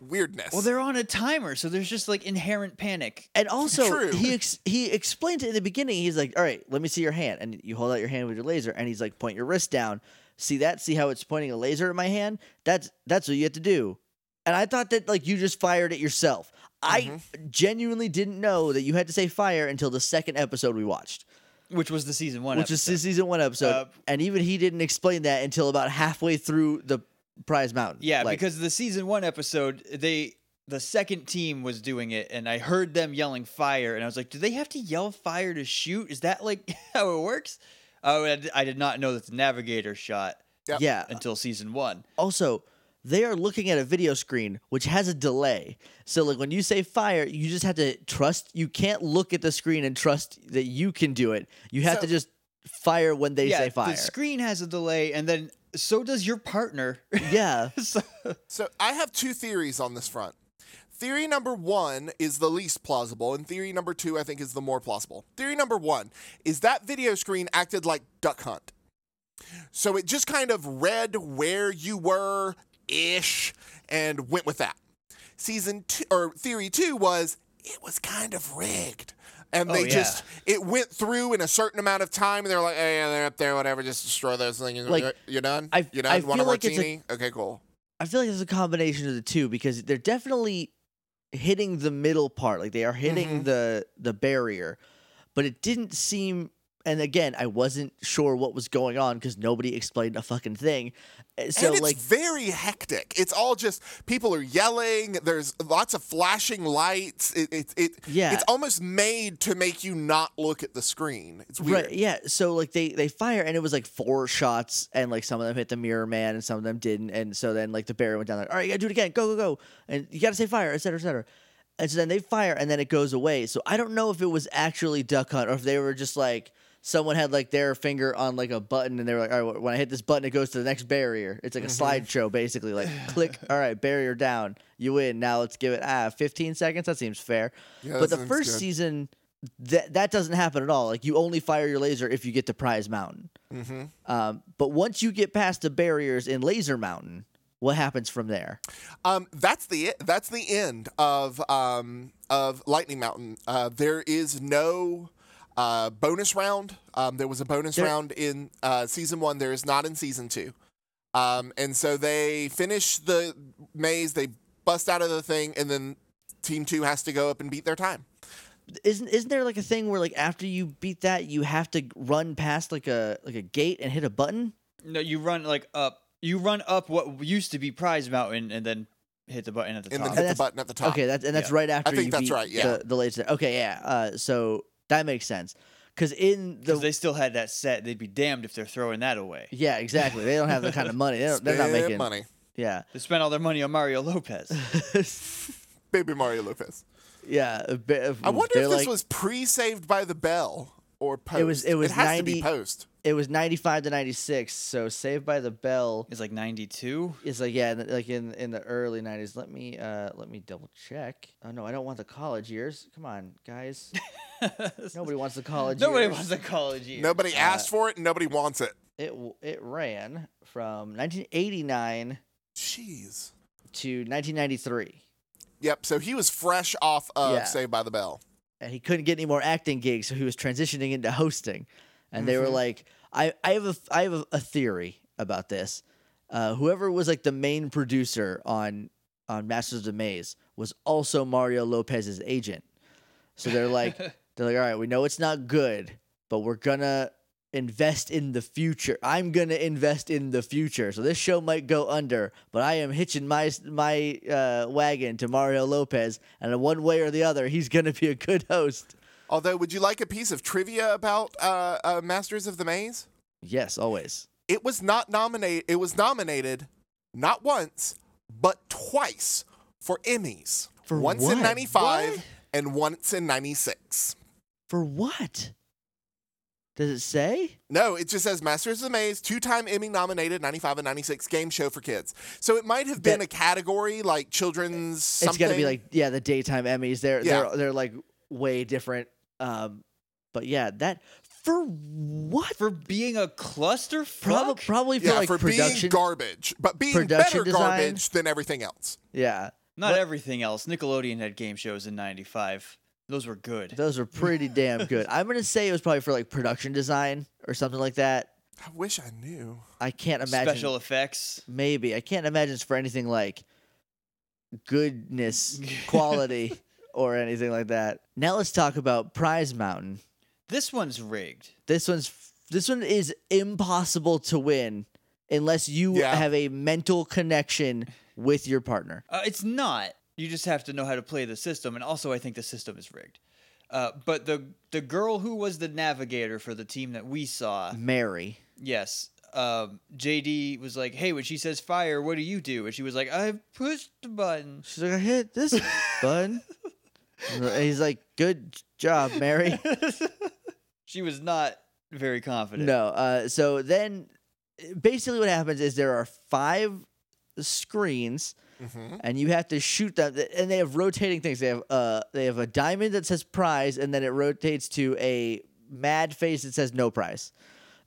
S3: weirdness
S1: Well, they're on a timer, so there's just like inherent panic.
S2: And also,
S3: True.
S2: he ex- he explained it in the beginning. He's like, "All right, let me see your hand," and you hold out your hand with your laser, and he's like, "Point your wrist down. See that? See how it's pointing a laser at my hand? That's that's what you have to do." And I thought that like you just fired it yourself.
S1: Mm-hmm.
S2: I genuinely didn't know that you had to say fire until the second episode we watched.
S1: which was the season one.
S2: which
S1: episode.
S2: is the season one episode,
S1: Uh,
S2: and even he didn't explain that until about halfway through the prize mountain.
S1: Yeah,
S2: Like,
S1: because the season one episode, they the second team was doing it, and I heard them yelling fire, and I was like, do they have to yell fire to shoot? Is that like how it works? Oh, I d- I did not know that the navigator shot
S3: Yep.
S2: yeah.
S1: until season one.
S2: Also, they are looking at a video screen which has a delay. So like when you say fire, you just have to trust. You can't look at the screen and trust that you can do it. You have
S3: So-
S2: to just fire when they
S1: yeah,
S2: say fire.
S1: the screen has a delay, and then so does your partner.
S2: yeah.
S1: So-
S3: So I have two theories on this front. Theory number one is the least plausible, and theory number two, I think, is the more plausible. Theory number one is that video screen acted like Duck Hunt. So it just kind of read where you were ish and went with that. Season two, or theory two, was it was kind of rigged.
S2: Oh,
S3: And they
S1: yeah.
S3: just, it went through in a certain amount of time, and they're like, hey, yeah, they're up there, whatever, just destroy those things.
S2: Like,
S3: You're done?
S2: I-
S3: You're done?
S2: I
S3: Want a
S2: feel like it's a-
S3: martini? okay, cool.
S2: I feel like there's a combination of the two because they're definitely hitting the middle part. Like they are hitting the the barrier, but it didn't seem. And again, I wasn't sure what was going on because nobody explained a fucking thing. Uh, So
S3: and it's
S2: like,
S3: very hectic. It's all just people are yelling. There's lots of flashing lights. It it, it
S2: Yeah.
S3: It's almost made to make you not look at the screen. It's weird.
S2: right? Yeah. So like they they fire and it was like four shots and like some of them hit the mirror man and some of them didn't. And so then like the barrier went down. Like all right, you gotta do it again. Go go go. And you gotta say fire, et cetera, et cetera. And so then they fire and then it goes away. So I don't know if it was actually duck hunt or if they were just like someone had like their finger on like a button and they were like, all right, when I hit this button, it goes to the next barrier. It's like
S3: Mm-hmm.
S2: a slideshow basically. Like click, all right, barrier down, you win. Now let's give it ah 15 seconds. That seems fair.
S3: Yeah,
S2: but
S3: that
S2: the
S3: seems
S2: first
S3: good.
S2: season, that that doesn't happen at all. Like you only fire your laser if you get to Prize Mountain.
S3: Mm-hmm.
S2: Um, but once you get past the barriers in Laser Mountain, what happens from there?
S3: Um, that's the that's the end of um of Lightning Mountain. Uh, there is no. Uh, bonus round. Um, there was a bonus
S2: There-
S3: round in uh, season one. There is not in season two. Um, and so they finish the maze. They bust out of the thing, and then team two has to go up and beat their time.
S2: Isn't isn't there like a thing where like after you beat that, you have to run past like a like a gate and hit a button?
S1: no, you run like up. You run up what used to be Prize Mountain, and then hit the button at the
S3: and
S1: top.
S3: then hit the
S2: that's-
S3: button at the top.
S2: Okay, that's and that's
S1: Yeah.
S2: right after
S3: think
S2: you
S3: that's
S2: beat
S3: right, yeah.
S2: the, the laser. Okay, yeah. Uh, so that makes sense because in the
S1: Because they still had that set. They'd be damned if they're throwing that away.
S2: yeah exactly they don't have the kind of money they don't, they're not
S3: Spend
S2: making
S3: money.
S2: yeah
S1: They spent all their money on Mario Lopez.
S3: Baby Mario Lopez.
S2: yeah. a bit of-
S3: I wonder
S2: Mm, they're
S3: if this
S2: like-
S3: was pre-saved by the bell or post.
S2: was- it was
S3: has to
S2: 90
S3: be post.
S2: it was 95 to 96 so saved by the bell
S1: It's like 92.
S2: is like yeah in the- like in in the early 90s let me uh let me double check oh no i don't want the college years come on guys nobody wants the college
S1: Nobody
S2: years.
S1: wants a college year.
S3: Nobody asked for it. and Nobody wants it.
S2: it w- it ran from 1989
S3: Jeez.
S2: to 1993
S3: Yep. So he was fresh off of
S2: Yeah.
S3: Saved by the Bell.
S2: and he couldn't get any more acting gigs, so he was transitioning into hosting. And they were like, I, I have a, I have a, a theory about this. Uh, whoever was like the main producer on on Masters of the Maze was also Mario Lopez's agent. So they're like, they're like, all right, we know it's not good, but we're gonna invest in the future. I'm gonna invest in the future. So this show might go under, but I am hitching my my uh, wagon to Mario Lopez, and in one way or the other, he's gonna be a good host.
S3: Although, would you like a piece of trivia about uh, uh, Masters of the Maze?
S2: Yes, always.
S3: It was not nominated. It was nominated, not once, but twice for Emmys.
S2: For
S3: once
S2: what?
S3: in '95
S2: What?
S3: and once in '96.
S2: For what? Does it say?
S3: No, it just says Masters of the Maze, two time Emmy nominated, 95 and 96 game show for kids. So it might have been
S2: That-
S3: a category like children's something.
S2: It's gotta be like yeah, the daytime Emmys. They're
S3: Yeah.
S2: they're they're like way different. Um, but yeah, that for what?
S1: for being a cluster
S2: Prob- probably for
S3: yeah,
S2: like
S3: for
S2: production.
S3: being garbage, but being
S2: production
S3: better
S2: design.
S3: garbage than everything else.
S2: yeah,
S1: Not
S2: What-
S1: everything else. Nickelodeon had game shows in 95. Those were good.
S2: Those were pretty damn good. I'm gonna say it was probably for like production design or something like that.
S3: I wish I knew.
S2: I can't imagine.
S1: Special effects.
S2: Maybe I can't imagine it's for anything like goodness, quality, or anything like that. Now let's talk about Prize Mountain.
S1: This one's rigged.
S2: This one's this one is impossible to win unless you
S3: Yeah.
S2: have a mental connection with your partner.
S1: Uh, it's not. You just have to know how to play the system, and also I think the system is rigged. Uh, but the the girl who was the navigator for the team that we saw,
S2: Mary.
S1: yes, um, JD was like, "Hey, when she says fire, what do you do?" And she was like, "I pushed the button."
S2: She's like, I hit this button. And he's like, good job, Mary.
S1: She was not very confident.
S2: No. Uh, so then, basically, what happens is there are five screens, and you have to shoot them. And they have rotating things. They have uh, they have a diamond that says prize, and then it rotates to a mad face that says no prize.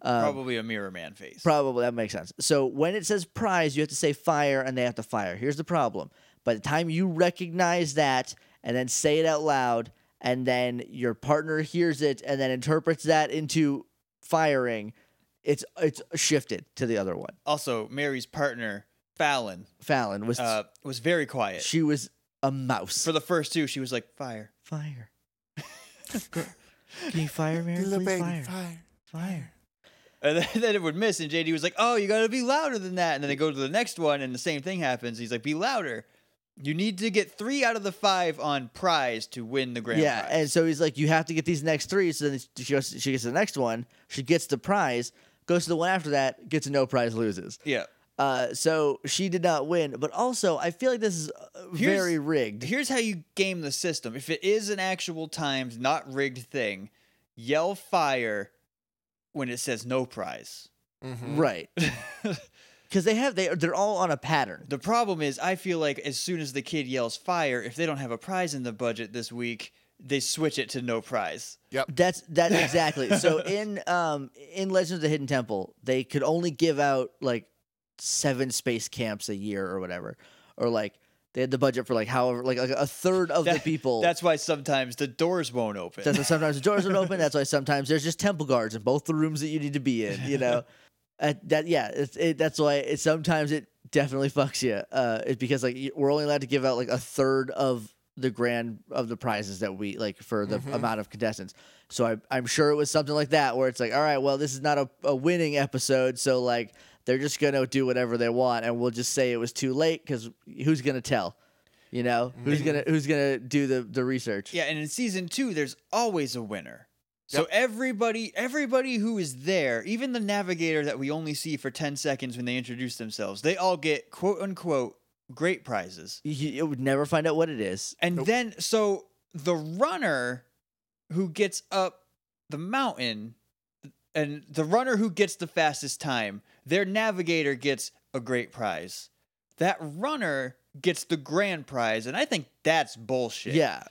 S1: probably a mirror man face.
S2: Probably that makes sense. So when it says prize, you have to say fire, and they have to fire. Here's the problem: by the time you recognize that and then say it out loud, and then your partner hears it and then interprets that into firing, it's it's shifted to the other one.
S1: also, Mary's partner Fallon
S2: Fallon was
S1: uh, was very quiet.
S2: she was a mouse.
S1: for the first two, she was like fire.
S2: fire. Girl, Can you fire, Mary?
S3: Little
S2: Please
S3: baby
S2: fire.
S3: fire.
S2: Fire.
S1: And then, then it would miss, and JD was like, "Oh, you gotta be louder than that." And then they go to the next one, and the same thing happens. He's like, "Be louder. You need to get three out of the five on prize to win the grand
S2: yeah,
S1: prize."
S2: and so he's like, you have to get these next three. So then she goes, she gets the next one. She gets the prize, goes to the one after that, gets a no prize, loses.
S1: yeah.
S2: Uh, so she did not win. But also, I feel like this is uh,
S1: Here's-
S2: very rigged.
S1: Here's how you game the system. If it is an actual timed, not rigged thing, yell fire when it says no prize. Mm-hmm.
S2: Right. Because they have they they're all on a pattern.
S1: The problem is, I feel like as soon as the kid yells fire, if they don't have a prize in the budget this week, they switch it to no prize.
S2: That's that exactly. so in um in Legends of the Hidden Temple, they could only give out like seven space camps a year or whatever, or like they had the budget for like however like, like a third of the
S1: That-
S2: people.
S1: That's why sometimes the doors won't open.
S2: That's why sometimes the doors would open. That's why sometimes there's just temple guards in both the rooms that you need to be in. You know, At that yeah, it's, it, that's why it, sometimes it definitely fucks you. Uh, it's because like you- we're only allowed to give out like a third of the grand of the prizes that we like for the amount of contestants. So I, I'm sure it was something like that where it's like, all right, well, this is not a, a winning episode, so like they're just gonna do whatever they want, and we'll just say it was too late because who's gonna tell? You know who's gonna who's gonna do the the research?
S1: Yeah, and in season two, there's always a winner. So everybody, everybody who is there, even the navigator that we only see for ten seconds when they introduce themselves, they all get quote unquote great prizes.
S2: you, you would never find out what it is.
S1: And then, so the runner who gets up the mountain, and the runner who gets the fastest time, their navigator gets a great prize. That runner gets the grand prize, and I think that's bullshit.
S2: Yeah.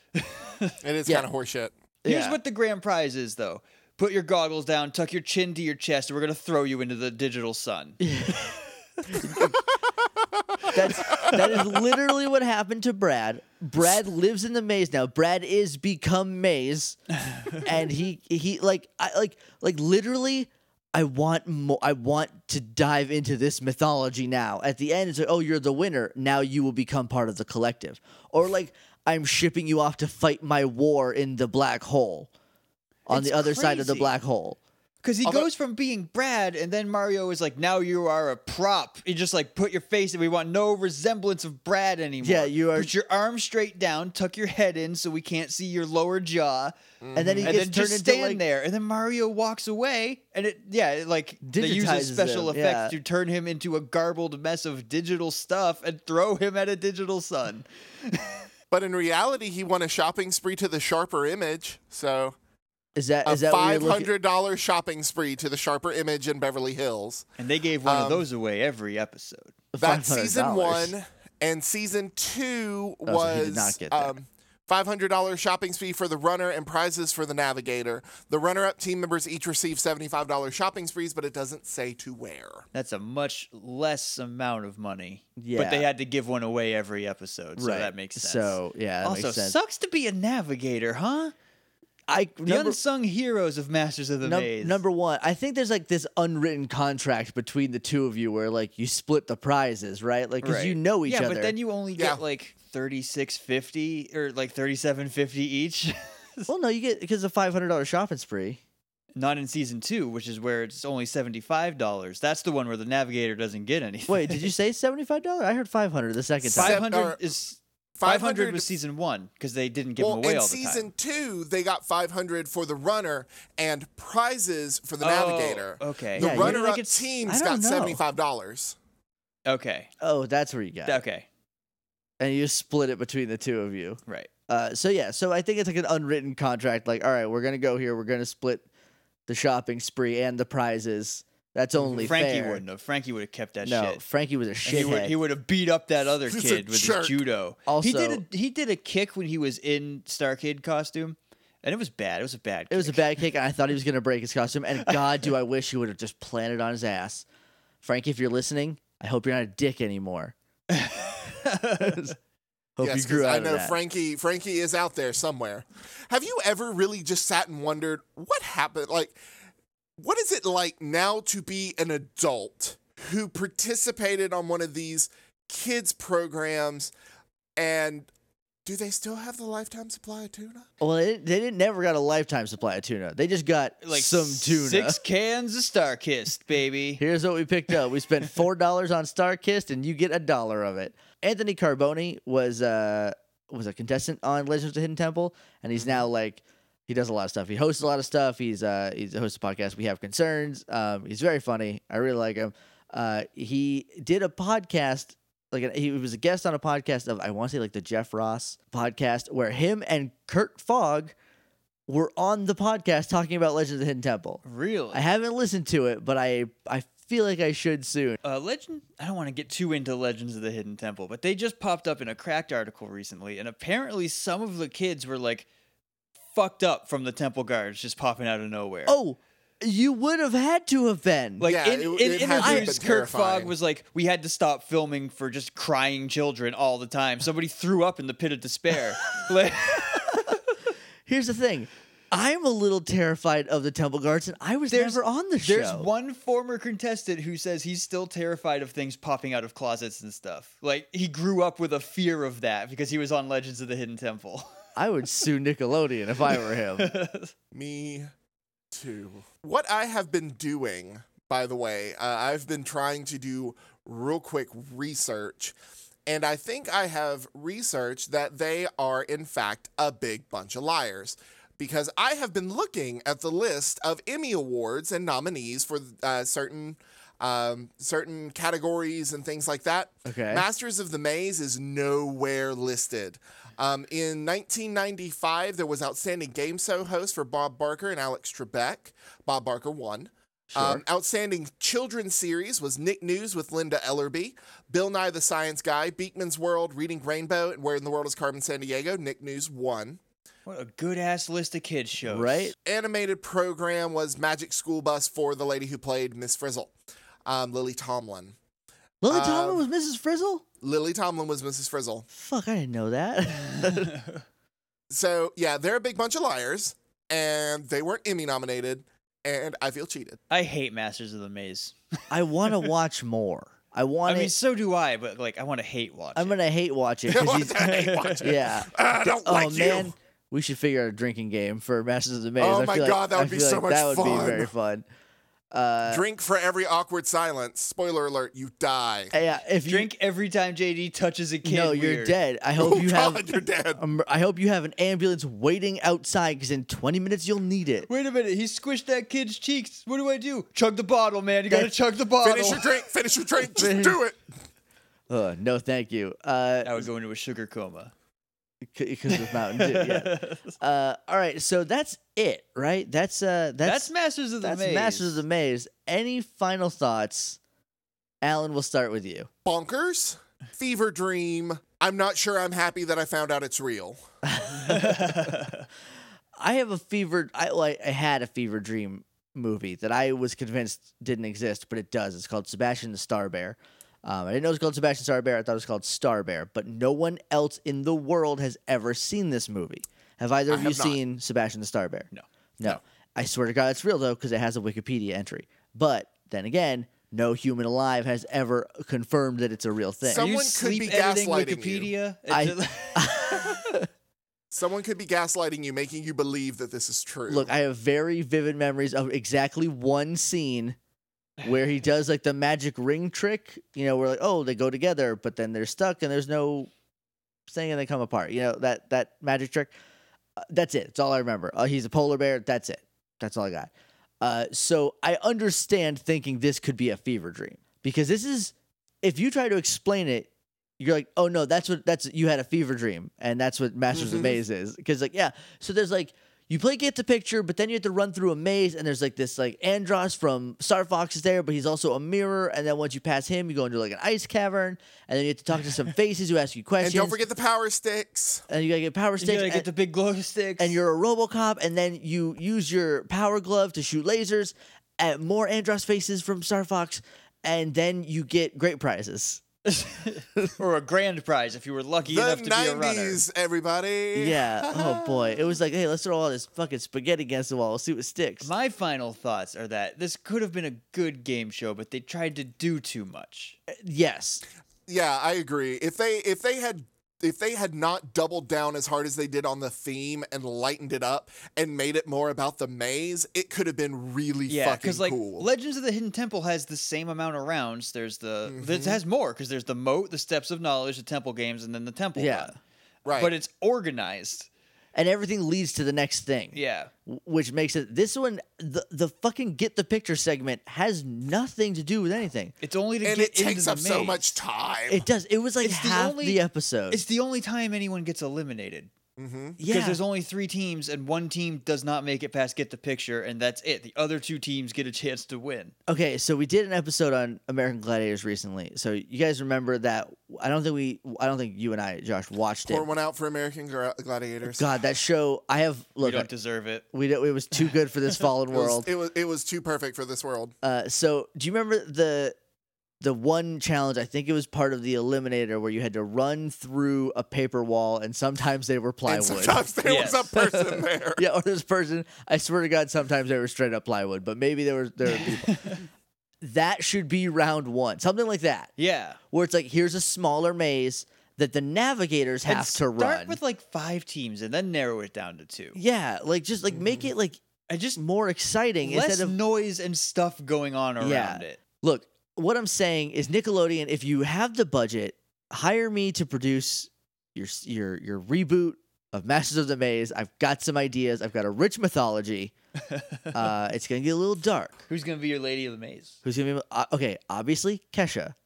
S3: It is
S2: Yeah.
S3: kind of horseshit.
S1: Here's
S2: Yeah.
S1: what the grand prize is, though. Put your goggles down, tuck your chin to your chest, and we're gonna throw you into the digital sun.
S2: That's that is literally what happened to Brad. Brad lives in the maze now. Brad is become maze. and he he like I like like literally I want more I want to dive into this mythology now. At the end it's like, "Oh, you're the winner. Now you will become part of the collective." Or like I'm shipping you off to fight my war in the black hole. On
S1: It's
S2: the other side of the
S1: crazy.
S2: black hole.
S1: Because he
S3: Although-
S1: goes from being Brad, and then Mario is like, now you are a prop. You just like put your face, and we want no resemblance of Brad anymore.
S2: Yeah, you are-
S1: Put your arm straight down, tuck your head in so we can't see your lower jaw,
S2: And then he
S1: Mm-hmm. and
S2: Mm-hmm. gets
S1: then
S2: turned
S1: just
S2: into
S1: stand
S2: like,
S1: there. And then Mario walks away, and it, yeah, it, like they use a
S2: Digitizes
S1: special
S2: him,
S1: effect
S2: yeah.
S1: to turn him into a garbled mess of digital stuff and throw him at a digital sun.
S3: But in reality, he won a shopping spree to the sharper image. So
S2: Is that
S3: a
S2: is that what you're
S3: five
S2: looking-
S3: hundred dollar shopping spree to the sharper image in Beverly Hills.
S1: And they gave one
S3: Um,
S1: of those away every episode.
S3: That's season
S2: $500.
S3: one, and season two
S2: Oh, so he did
S3: was
S2: not get that.
S3: um, five hundred dollar shopping spree for the runner and prizes for the navigator. The runner-up team members each receive seventy five dollar shopping sprees, but it doesn't say to where.
S1: That's a much less amount of money. But
S2: Yeah.
S1: they had to give one away every episode, so
S2: right.
S1: that makes sense.
S2: So yeah, that
S1: also
S2: makes sense.
S1: sucks to be a navigator, huh?
S2: I
S1: The
S2: number,
S1: unsung heroes of Masters of the
S2: num-
S1: Maze.
S2: number one, I think there's like this unwritten contract between the two of you where like you split the prizes, right? Like because you
S1: Right.
S2: know each
S1: yeah,
S2: other.
S1: but then you only
S3: Yeah.
S1: get like thirty six fifty or like thirty seven fifty each.
S2: well, no, you get because a five hundred dollar shopping spree.
S1: Not in season two, which is where it's only seventy five dollars. That's the one where the navigator doesn't get anything.
S2: Wait, did you say seventy five dollar? I heard five hundred the second time.
S1: Five
S3: Seven-
S1: hundred
S3: or-
S1: is five hundred was season one because they didn't give
S3: well,
S1: them away
S3: in
S1: all the
S3: season
S1: time.
S3: two, they got 500 for the runner and prizes for the navigator.
S1: Oh, okay.
S3: The
S2: Yeah, you-
S3: runner-up
S1: Like it's-
S2: I
S3: team's
S2: don't
S3: got
S2: know.
S3: seventy-five dollars.
S1: Okay.
S2: Oh, that's where you got. It.
S1: Okay.
S2: And you split it between the two of you.
S1: Right.
S2: Uh, so yeah, so I think it's like an unwritten contract. Like, all right, we're gonna go here. We're gonna split the shopping spree and the prizes. That's only
S1: Mm-hmm. Frankie
S2: fair.
S1: wouldn't have. Frankie would have kept that
S2: No,
S1: shit.
S2: Frankie was a
S1: And he would,
S2: shithead.
S1: he would have beat up that other
S3: He's a
S1: kid with
S3: jerk.
S1: his judo. he
S2: Also-
S1: did a, he did a kick when he was in Star Kid costume, and it was bad. It was a bad.
S2: it was a
S1: kick.
S2: bad kick, and I thought he was gonna break his costume. And God, do I wish he would have just planted on his ass. Frankie, if you're listening, I hope you're not a dick anymore. hope
S3: yes,
S2: you grew
S3: 'cause
S2: out
S3: I
S2: of
S3: know
S2: that.
S3: Frankie. Frankie is out there somewhere. Have you ever really just sat and wondered what happened? Like, what is it like now to be an adult who participated on one of these kids programs, and do they still have the lifetime supply of tuna?
S2: well, it, they didn't never got a lifetime supply of tuna. They just got
S1: Like
S2: some tuna.
S1: Six cans of Star Kissed, baby.
S2: Here's what we picked up. We spent four dollars on Starkist, and you get a dollar of it. Anthony Carboni was uh was a contestant on Legends of the Hidden Temple, and he's now like he does a lot of stuff. He hosts a lot of stuff. He's uh he's hosts a podcast. We have concerns. Um, he's very funny. I really like him. Uh, he did a podcast. Like an, he was a guest on a podcast of I want to say like the Jeff Ross podcast where him and Kurt Fogg were on the podcast talking about Legends of the Hidden Temple.
S1: Really?
S2: I haven't listened to it, but I I feel like I should soon.
S1: uh, Legend. I don't want to get too into Legends of the Hidden Temple, but they just popped up in a Cracked article recently, and apparently some of the kids were like fucked up from the temple guards just popping out of nowhere.
S2: Oh, you would have had to have been.
S1: Like
S3: Yeah,
S1: in,
S3: it-
S1: in
S3: it has been
S1: interviews, Kirk Fogg
S3: terrifying.
S1: was like, "We had to stop filming for just crying children all the time. Somebody threw up in the pit of despair." like,
S2: Here's the thing. I'm a little terrified of the temple guards, and I was
S1: There's-
S2: never on the show.
S1: there's one former contestant who says he's still terrified of things popping out of closets and stuff. Like he grew up with a fear of that because he was on Legends of the Hidden Temple.
S2: I would sue Nickelodeon if I were him.
S3: Me too. What I have been doing, by the way, uh, I've been trying to do real quick research, and I think I have researched that they are, in fact, a big bunch of liars. Because I have been looking at the list of Emmy Awards and nominees for uh, certain um, certain categories and things like that.
S2: Okay.
S3: Masters of the Maze is nowhere listed. Um, in 1995, there was Outstanding Game Show host for Bob Barker and Alex Trebek. Bob Barker won. Um, outstanding Children's Series was Nick News with Linda Ellerby, Bill Nye the Science Guy, Beekman's World, Reading Rainbow, and Where in the World is Carmen San Diego. Nick News won.
S1: what a good ass list of kids shows,
S2: Right?
S3: Animated program was Magic School Bus for the lady who played Miss Frizzle, um, Lily Tomlin.
S2: Lily
S3: Um,
S2: Tomlin was Mrs. Frizzle?
S3: Lily Tomlin was Mrs. Frizzle.
S2: Fuck, I didn't know that.
S3: So yeah, they're a big bunch of liars, and they weren't Emmy nominated, and I feel cheated.
S1: I hate Masters of the Maze.
S2: I want to watch more. I
S1: I
S2: want
S1: mean,
S2: it.
S1: so do I, but like, I want to hate watch.
S2: I'm
S1: it.
S2: gonna hate watch it. 'cause he's- yeah.
S3: I don't
S2: Oh
S3: like
S2: man,
S3: you.
S2: we should figure out a drinking game for Masters of the Maze.
S3: Oh
S2: I
S3: my
S2: feel like-
S3: God, that would
S2: I
S3: be
S2: feel
S3: so
S2: like
S3: much
S2: That would
S3: fun.
S2: be very fun. Uh,
S3: Drink for every awkward silence. Spoiler alert: you die.
S2: yeah, if you
S1: Drink every time JD touches a kid.
S2: no, you're
S1: weird.
S2: dead. I hope
S3: Oh
S2: you
S3: God,
S2: have.
S3: you're dead.
S2: um, I hope you have an ambulance waiting outside because in 20 minutes you'll need it.
S1: Wait a minute, he squished that kid's cheeks. What do I do? Chug the bottle, man. You gotta chug the bottle.
S3: Finish your drink. Finish your drink. Just do it.
S2: Ugh, no, thank you.
S1: I
S2: Uh,
S1: would go into a sugar coma.
S2: because of Mountain Dew. Yeah. Uh, all right, so that's it, right? That's uh,
S1: That's,
S2: that's
S1: Masters of the
S2: that's
S1: Maze.
S2: Masters of the Maze. Any final thoughts? Alan, we'll start with you.
S3: Bonkers. Fever dream. I'm not sure. I'm happy that I found out it's real.
S2: I have a fever. I well, I I had a fever dream movie that I was convinced didn't exist, but it does. It's called Sebastian the Star Bear. Um, I didn't know it was called Sebastian Star Bear. I thought it was called Star Bear, but no one else in the world has ever seen this movie. Have either of you
S3: have not.
S2: seen Sebastian the Star Bear?
S1: No.
S2: no. I swear to God, it's real though, because it has a Wikipedia entry. But then again, no human alive has ever confirmed that it's a real thing.
S1: Are
S3: Someone
S1: you
S3: could be
S1: sleep editing
S3: gaslighting you.
S1: Wikipedia.
S2: I-
S1: It's a-
S3: Someone could be gaslighting you, making you believe that this is true.
S2: Look, I have very vivid memories of exactly one scene where he does like the magic ring trick, you know, where like, oh, they go together, but then they're stuck and there's no thing and they come apart. You know, that that magic trick. Uh, that's it. That's all I remember. Uh, he's a polar bear. That's it. That's all I got. Uh, so I understand thinking this could be a fever dream because this is, if you try to explain it, you're like, oh no, that's what that's you had a fever dream, and that's what Masters of
S3: Mhm.
S2: Maze is. Because like, yeah, so there's like you play get the picture, but then you have to run through a maze, and there's like this like Andros from Star Fox is there, but he's also a mirror, and then once you pass him, you go into like an ice cavern, and then you have to talk to some faces who ask you
S3: and
S2: questions,
S3: don't forget the power sticks.
S2: and you gotta get power sticks,
S1: You gotta
S2: and-
S1: get the big glow sticks.
S2: and you're a RoboCop, and then you use your power glove to shoot lasers at more Andros faces from Star Fox, and then you get great prizes.
S1: or a grand prize if you were lucky
S3: The
S1: enough to be a runner.
S3: 90s, everybody.
S2: Yeah. Oh boy, it was like, hey, let's throw all this fucking spaghetti against the wall, see what sticks.
S1: My final thoughts are that this could have been a good game show, but they tried to do too much.
S2: yes.
S3: Yeah, I agree. If they if they had if they had not doubled down as hard as they did on the theme and lightened it up and made it more about the maze, it could have been really
S1: Yeah,
S3: fucking
S1: because like
S3: cool.
S1: Legends of the Hidden Temple has the same amount of rounds. There's the it
S3: Mm-hmm.
S1: has more because there's the moat, the steps of knowledge, the temple games, and then the temple.
S2: Yeah.
S1: run.
S3: right.
S1: but it's organized.
S2: And everything leads to the next thing.
S1: Yeah,
S2: w- Which makes it this one the the fucking get the picture segment has nothing to do with anything.
S1: it's only to
S3: and
S1: get
S3: it takes
S1: into
S3: up
S1: the
S3: so
S1: maze.
S3: much time.
S2: It does. It was like
S1: It's the
S2: half the,
S1: only-
S2: episode.
S1: It's the only time anyone gets eliminated because
S3: Mhm.
S2: yeah.
S1: there's only three teams, and one team does not make it past get the picture, and that's it. The other two teams get a chance to win.
S2: Okay, so we did an episode on American Gladiators recently. So you guys remember that? I don't think we. I don't think you and I, Josh, watched
S3: Pour
S2: it.
S3: one out for American Gla- Gladiators.
S2: God, that show. I have
S1: You
S2: look.
S1: don't deserve it.
S2: we don't, it was too good for this fallen
S3: It was,
S2: world.
S3: it was it was too perfect for this world.
S2: Uh, so do you remember the the one challenge? I think it was part of the Eliminator where you had to run through a paper wall, and sometimes they were
S3: And
S2: plywood.
S3: sometimes there was
S1: Yes.
S3: a person there.
S2: yeah, or this person. I swear to God, sometimes they were straight up plywood, but maybe there were there were people. that should be round one, something like that.
S1: Yeah,
S2: where it's like here's a smaller maze that the navigators
S1: And
S2: have to run.
S1: Start with like five teams, and then narrow it down to two.
S2: yeah, like just like make it like
S1: And just
S2: more exciting
S1: less
S2: instead of
S1: noise and stuff going on around
S2: Yeah.
S1: it.
S2: look. What I'm saying is Nickelodeon, if you have the budget, hire me to produce your s- your your reboot of Masters of the Maze. I've got some ideas. I've got a rich mythology. uh, it's gonna get a little dark.
S1: Who's gonna be your lady of the maze?
S2: Who's gonna be uh, okay? Obviously, Kesha.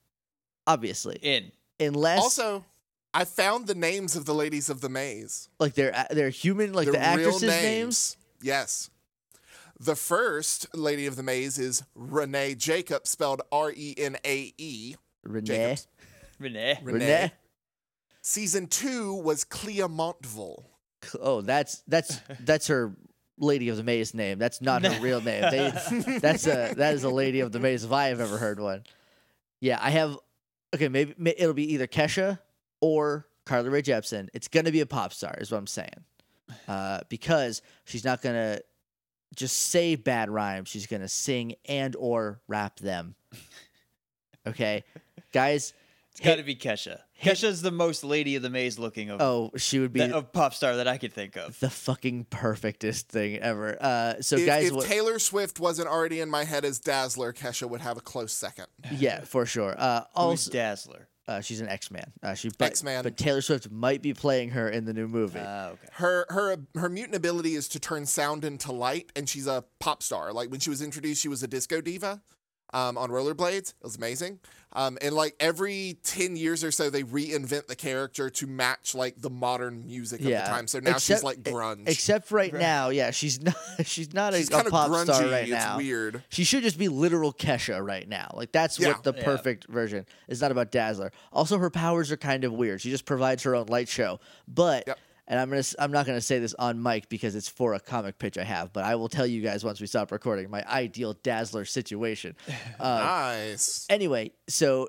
S2: Obviously,
S1: In
S2: unless
S3: Also, I found the names of the ladies of the maze.
S2: like they're a- they're human, like the
S3: Their
S2: actresses'
S3: real
S2: names.
S3: Yes. The first lady of the maze is Renee Jacob, spelled R E N A E.
S2: Renee.
S3: Jacobs.
S1: Renee.
S3: Renee.
S2: Renee.
S3: Season two was Clea Montville.
S2: Oh, that's that's that's her Lady of the Maze name. That's not her real name. They, that's a that is a Lady of the Maze if I have ever heard one. Yeah, I have. Okay, maybe may, it'll be either Kesha or Carly Rae Jepsen. It's gonna be a pop star, is what I'm saying, uh, because she's not gonna just say bad rhymes. She's gonna sing and or rap them. Okay, guys.
S1: It's got to be Kesha.
S2: hit-
S1: Kesha's the most lady of the maze looking of,
S2: Oh, she would be
S1: that, of pop star that I could think of.
S2: the fucking perfectest thing ever. Uh, so
S3: If,
S2: guys,
S3: if
S2: what,
S3: Taylor Swift wasn't already in my head as Dazzler, Kesha would have a close second.
S2: Yeah, for sure. Uh,
S1: Who's
S2: also,
S1: Dazzler?
S2: uh, she's an X Man. Uh, she but,
S3: X-Man. Uh,
S2: but Taylor Swift might be playing her in the new movie.
S1: Ah, okay.
S3: Her her her mutant ability is to turn sound into light, and she's a pop star. Like when she was introduced, she was a disco diva um, on rollerblades. It was amazing. Um, and like every ten years or so, they reinvent the character to match like the modern music of
S2: Yeah.
S3: the time. So now she's
S2: Except- e-,
S3: like grunge.
S2: Except right,
S1: Right.
S2: now, yeah, she's not. She's not a,
S3: she's
S2: a
S3: kind of
S2: pop
S3: grungy.
S2: star right
S3: it's
S2: now.
S3: weird.
S2: She should just be literal Kesha right now. Like that's
S3: Yeah.
S2: what the
S1: Yeah.
S2: perfect version. It's not about Dazzler. Also, her powers are kind of weird. She just provides her own light show. But
S3: Yep.
S2: and I'm gonna s- I'm not gonna say this on mic because it's for a comic pitch I have. But I will tell you guys once we stop recording my ideal Dazzler situation. Uh,
S3: Nice.
S2: anyway, so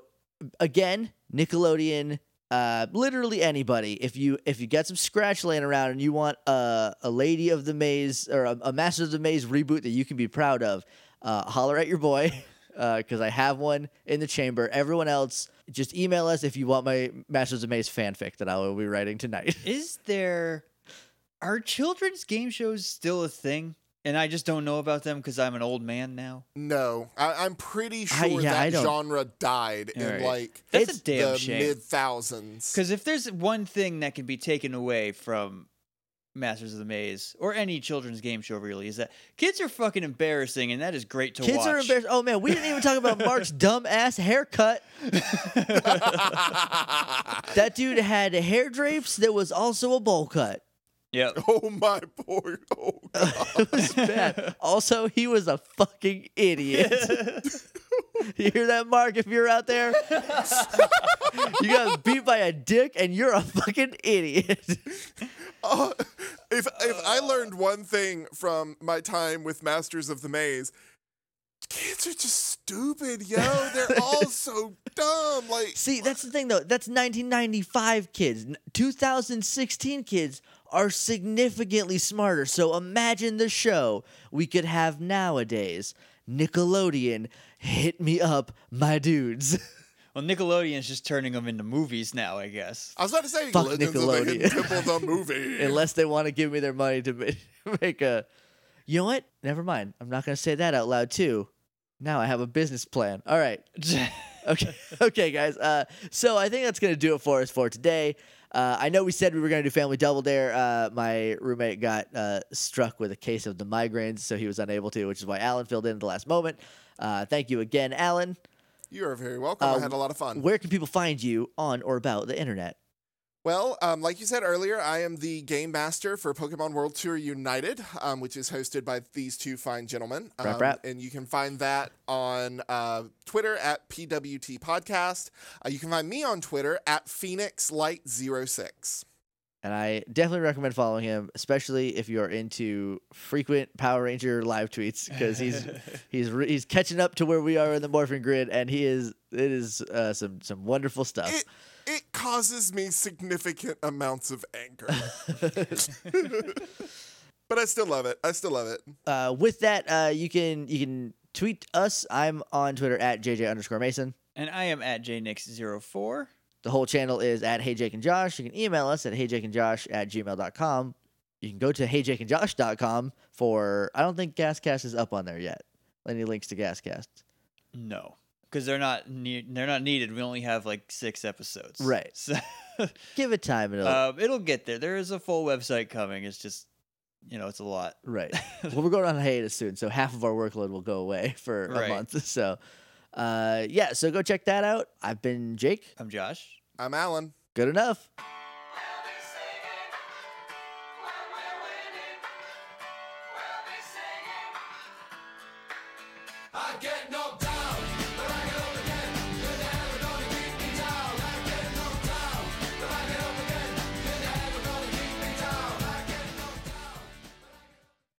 S2: again, Nickelodeon, uh, literally anybody. If you if you got some scratch laying around and you want a a Lady of the Maze or a, a Master of the Maze reboot that you can be proud of, uh, holler at your boy because I have one in the chamber. Everyone else, just email us if you want my Masters of the Maze fanfic that I will be writing tonight.
S1: Is there are children's game shows still a thing? And I just don't know about them because I'm an old man now.
S3: No, I, I'm pretty sure
S2: I- yeah, I
S3: that
S2: don't-
S3: genre died in
S1: Alright.
S3: like
S1: That's
S2: It's
S1: a damn
S3: the
S1: shame.
S3: mid thousands.
S1: Because if there's one thing that can be taken away from Masters of the Maze or any children's game show, really, is that kids are fucking embarrassing, and that is great to
S2: Kids
S1: watch.
S2: are embarrassed. Oh man, we didn't even talk about Mark's dumb ass haircut. That dude had hair drapes. There was also a bowl cut.
S1: Yep.
S3: oh my poor. Oh God.
S2: It was bad. Also, he was a fucking idiot. you hear that, Mark? If you're out there, you got beat by a dick, and you're a fucking idiot.
S3: Uh, if if I learned one thing from my time with Masters of the Maze, kids are just stupid, yo. They're all so dumb. Like
S2: See, that's the thing, though. That's 1995 kids. N- 2016 kids are significantly smarter. So imagine the show we could have nowadays. Nickelodeon, hit me up, my dudes.
S1: Well, Nickelodeon's just turning them into movies now, I guess.
S3: I was about to say,
S2: Fuck
S3: Legends of the Hidden
S2: Nickelodeon.
S3: Temple, the movie.
S2: Unless they want to give me their money to ma- make a. You know what? Never mind. I'm not going to say that out loud, too. Now I have a business plan. All right. okay okay guys uh, so i think that's gonna do it for us for today uh, i know we said we were gonna do family double dare uh, my roommate got uh, struck with a case of the migraines so he was unable to which is why alan filled in at the last moment uh, thank you again alan
S3: you are very welcome. I had a lot of fun.
S2: where can people find you on or about the internet
S3: Well, um, like you said earlier, I am the game master for Pokemon World Tour United, um, which is hosted by these two fine gentlemen. Um,
S2: Rap, rap.
S3: And you can find that on uh, Twitter at PWT Podcast. Uh, you can find me on Twitter at Phoenix Light 06.
S2: and i definitely recommend following him especially if you're into frequent power ranger live tweets because he's he's re- he's catching up to where we are in the morphing grid and he is it is uh, some some wonderful stuff
S3: It, it causes me significant amounts of anger. but I still love it. I still love it.
S2: uh, with that, uh, you can you can tweet us. I'm on Twitter at JJ underscore Mason.
S1: and I am at jnix04.
S2: The whole channel is at Hey Jake and Josh. You can email us at heyjakeandjosh at gmail.com. You can go to heyjakeandjosh.com for I don't think GasCast is up on there yet. Any links to GasCast.
S1: No, because they're not ne- they're not needed. We only have like six episodes,
S2: Right.
S1: So,
S2: Give it time and it'll
S1: um, it'll get there. There is a full website coming. It's just you know, it's a lot.
S2: Right. well, we're going on hiatus soon, so half of our workload will go away for
S1: Right.
S2: a month. So uh, yeah, so go check that out. I've been Jake.
S1: I'm Josh.
S3: I'm Alan.
S2: Good enough.
S4: We'll be singing when we're winning. We'll be singing. I get no back.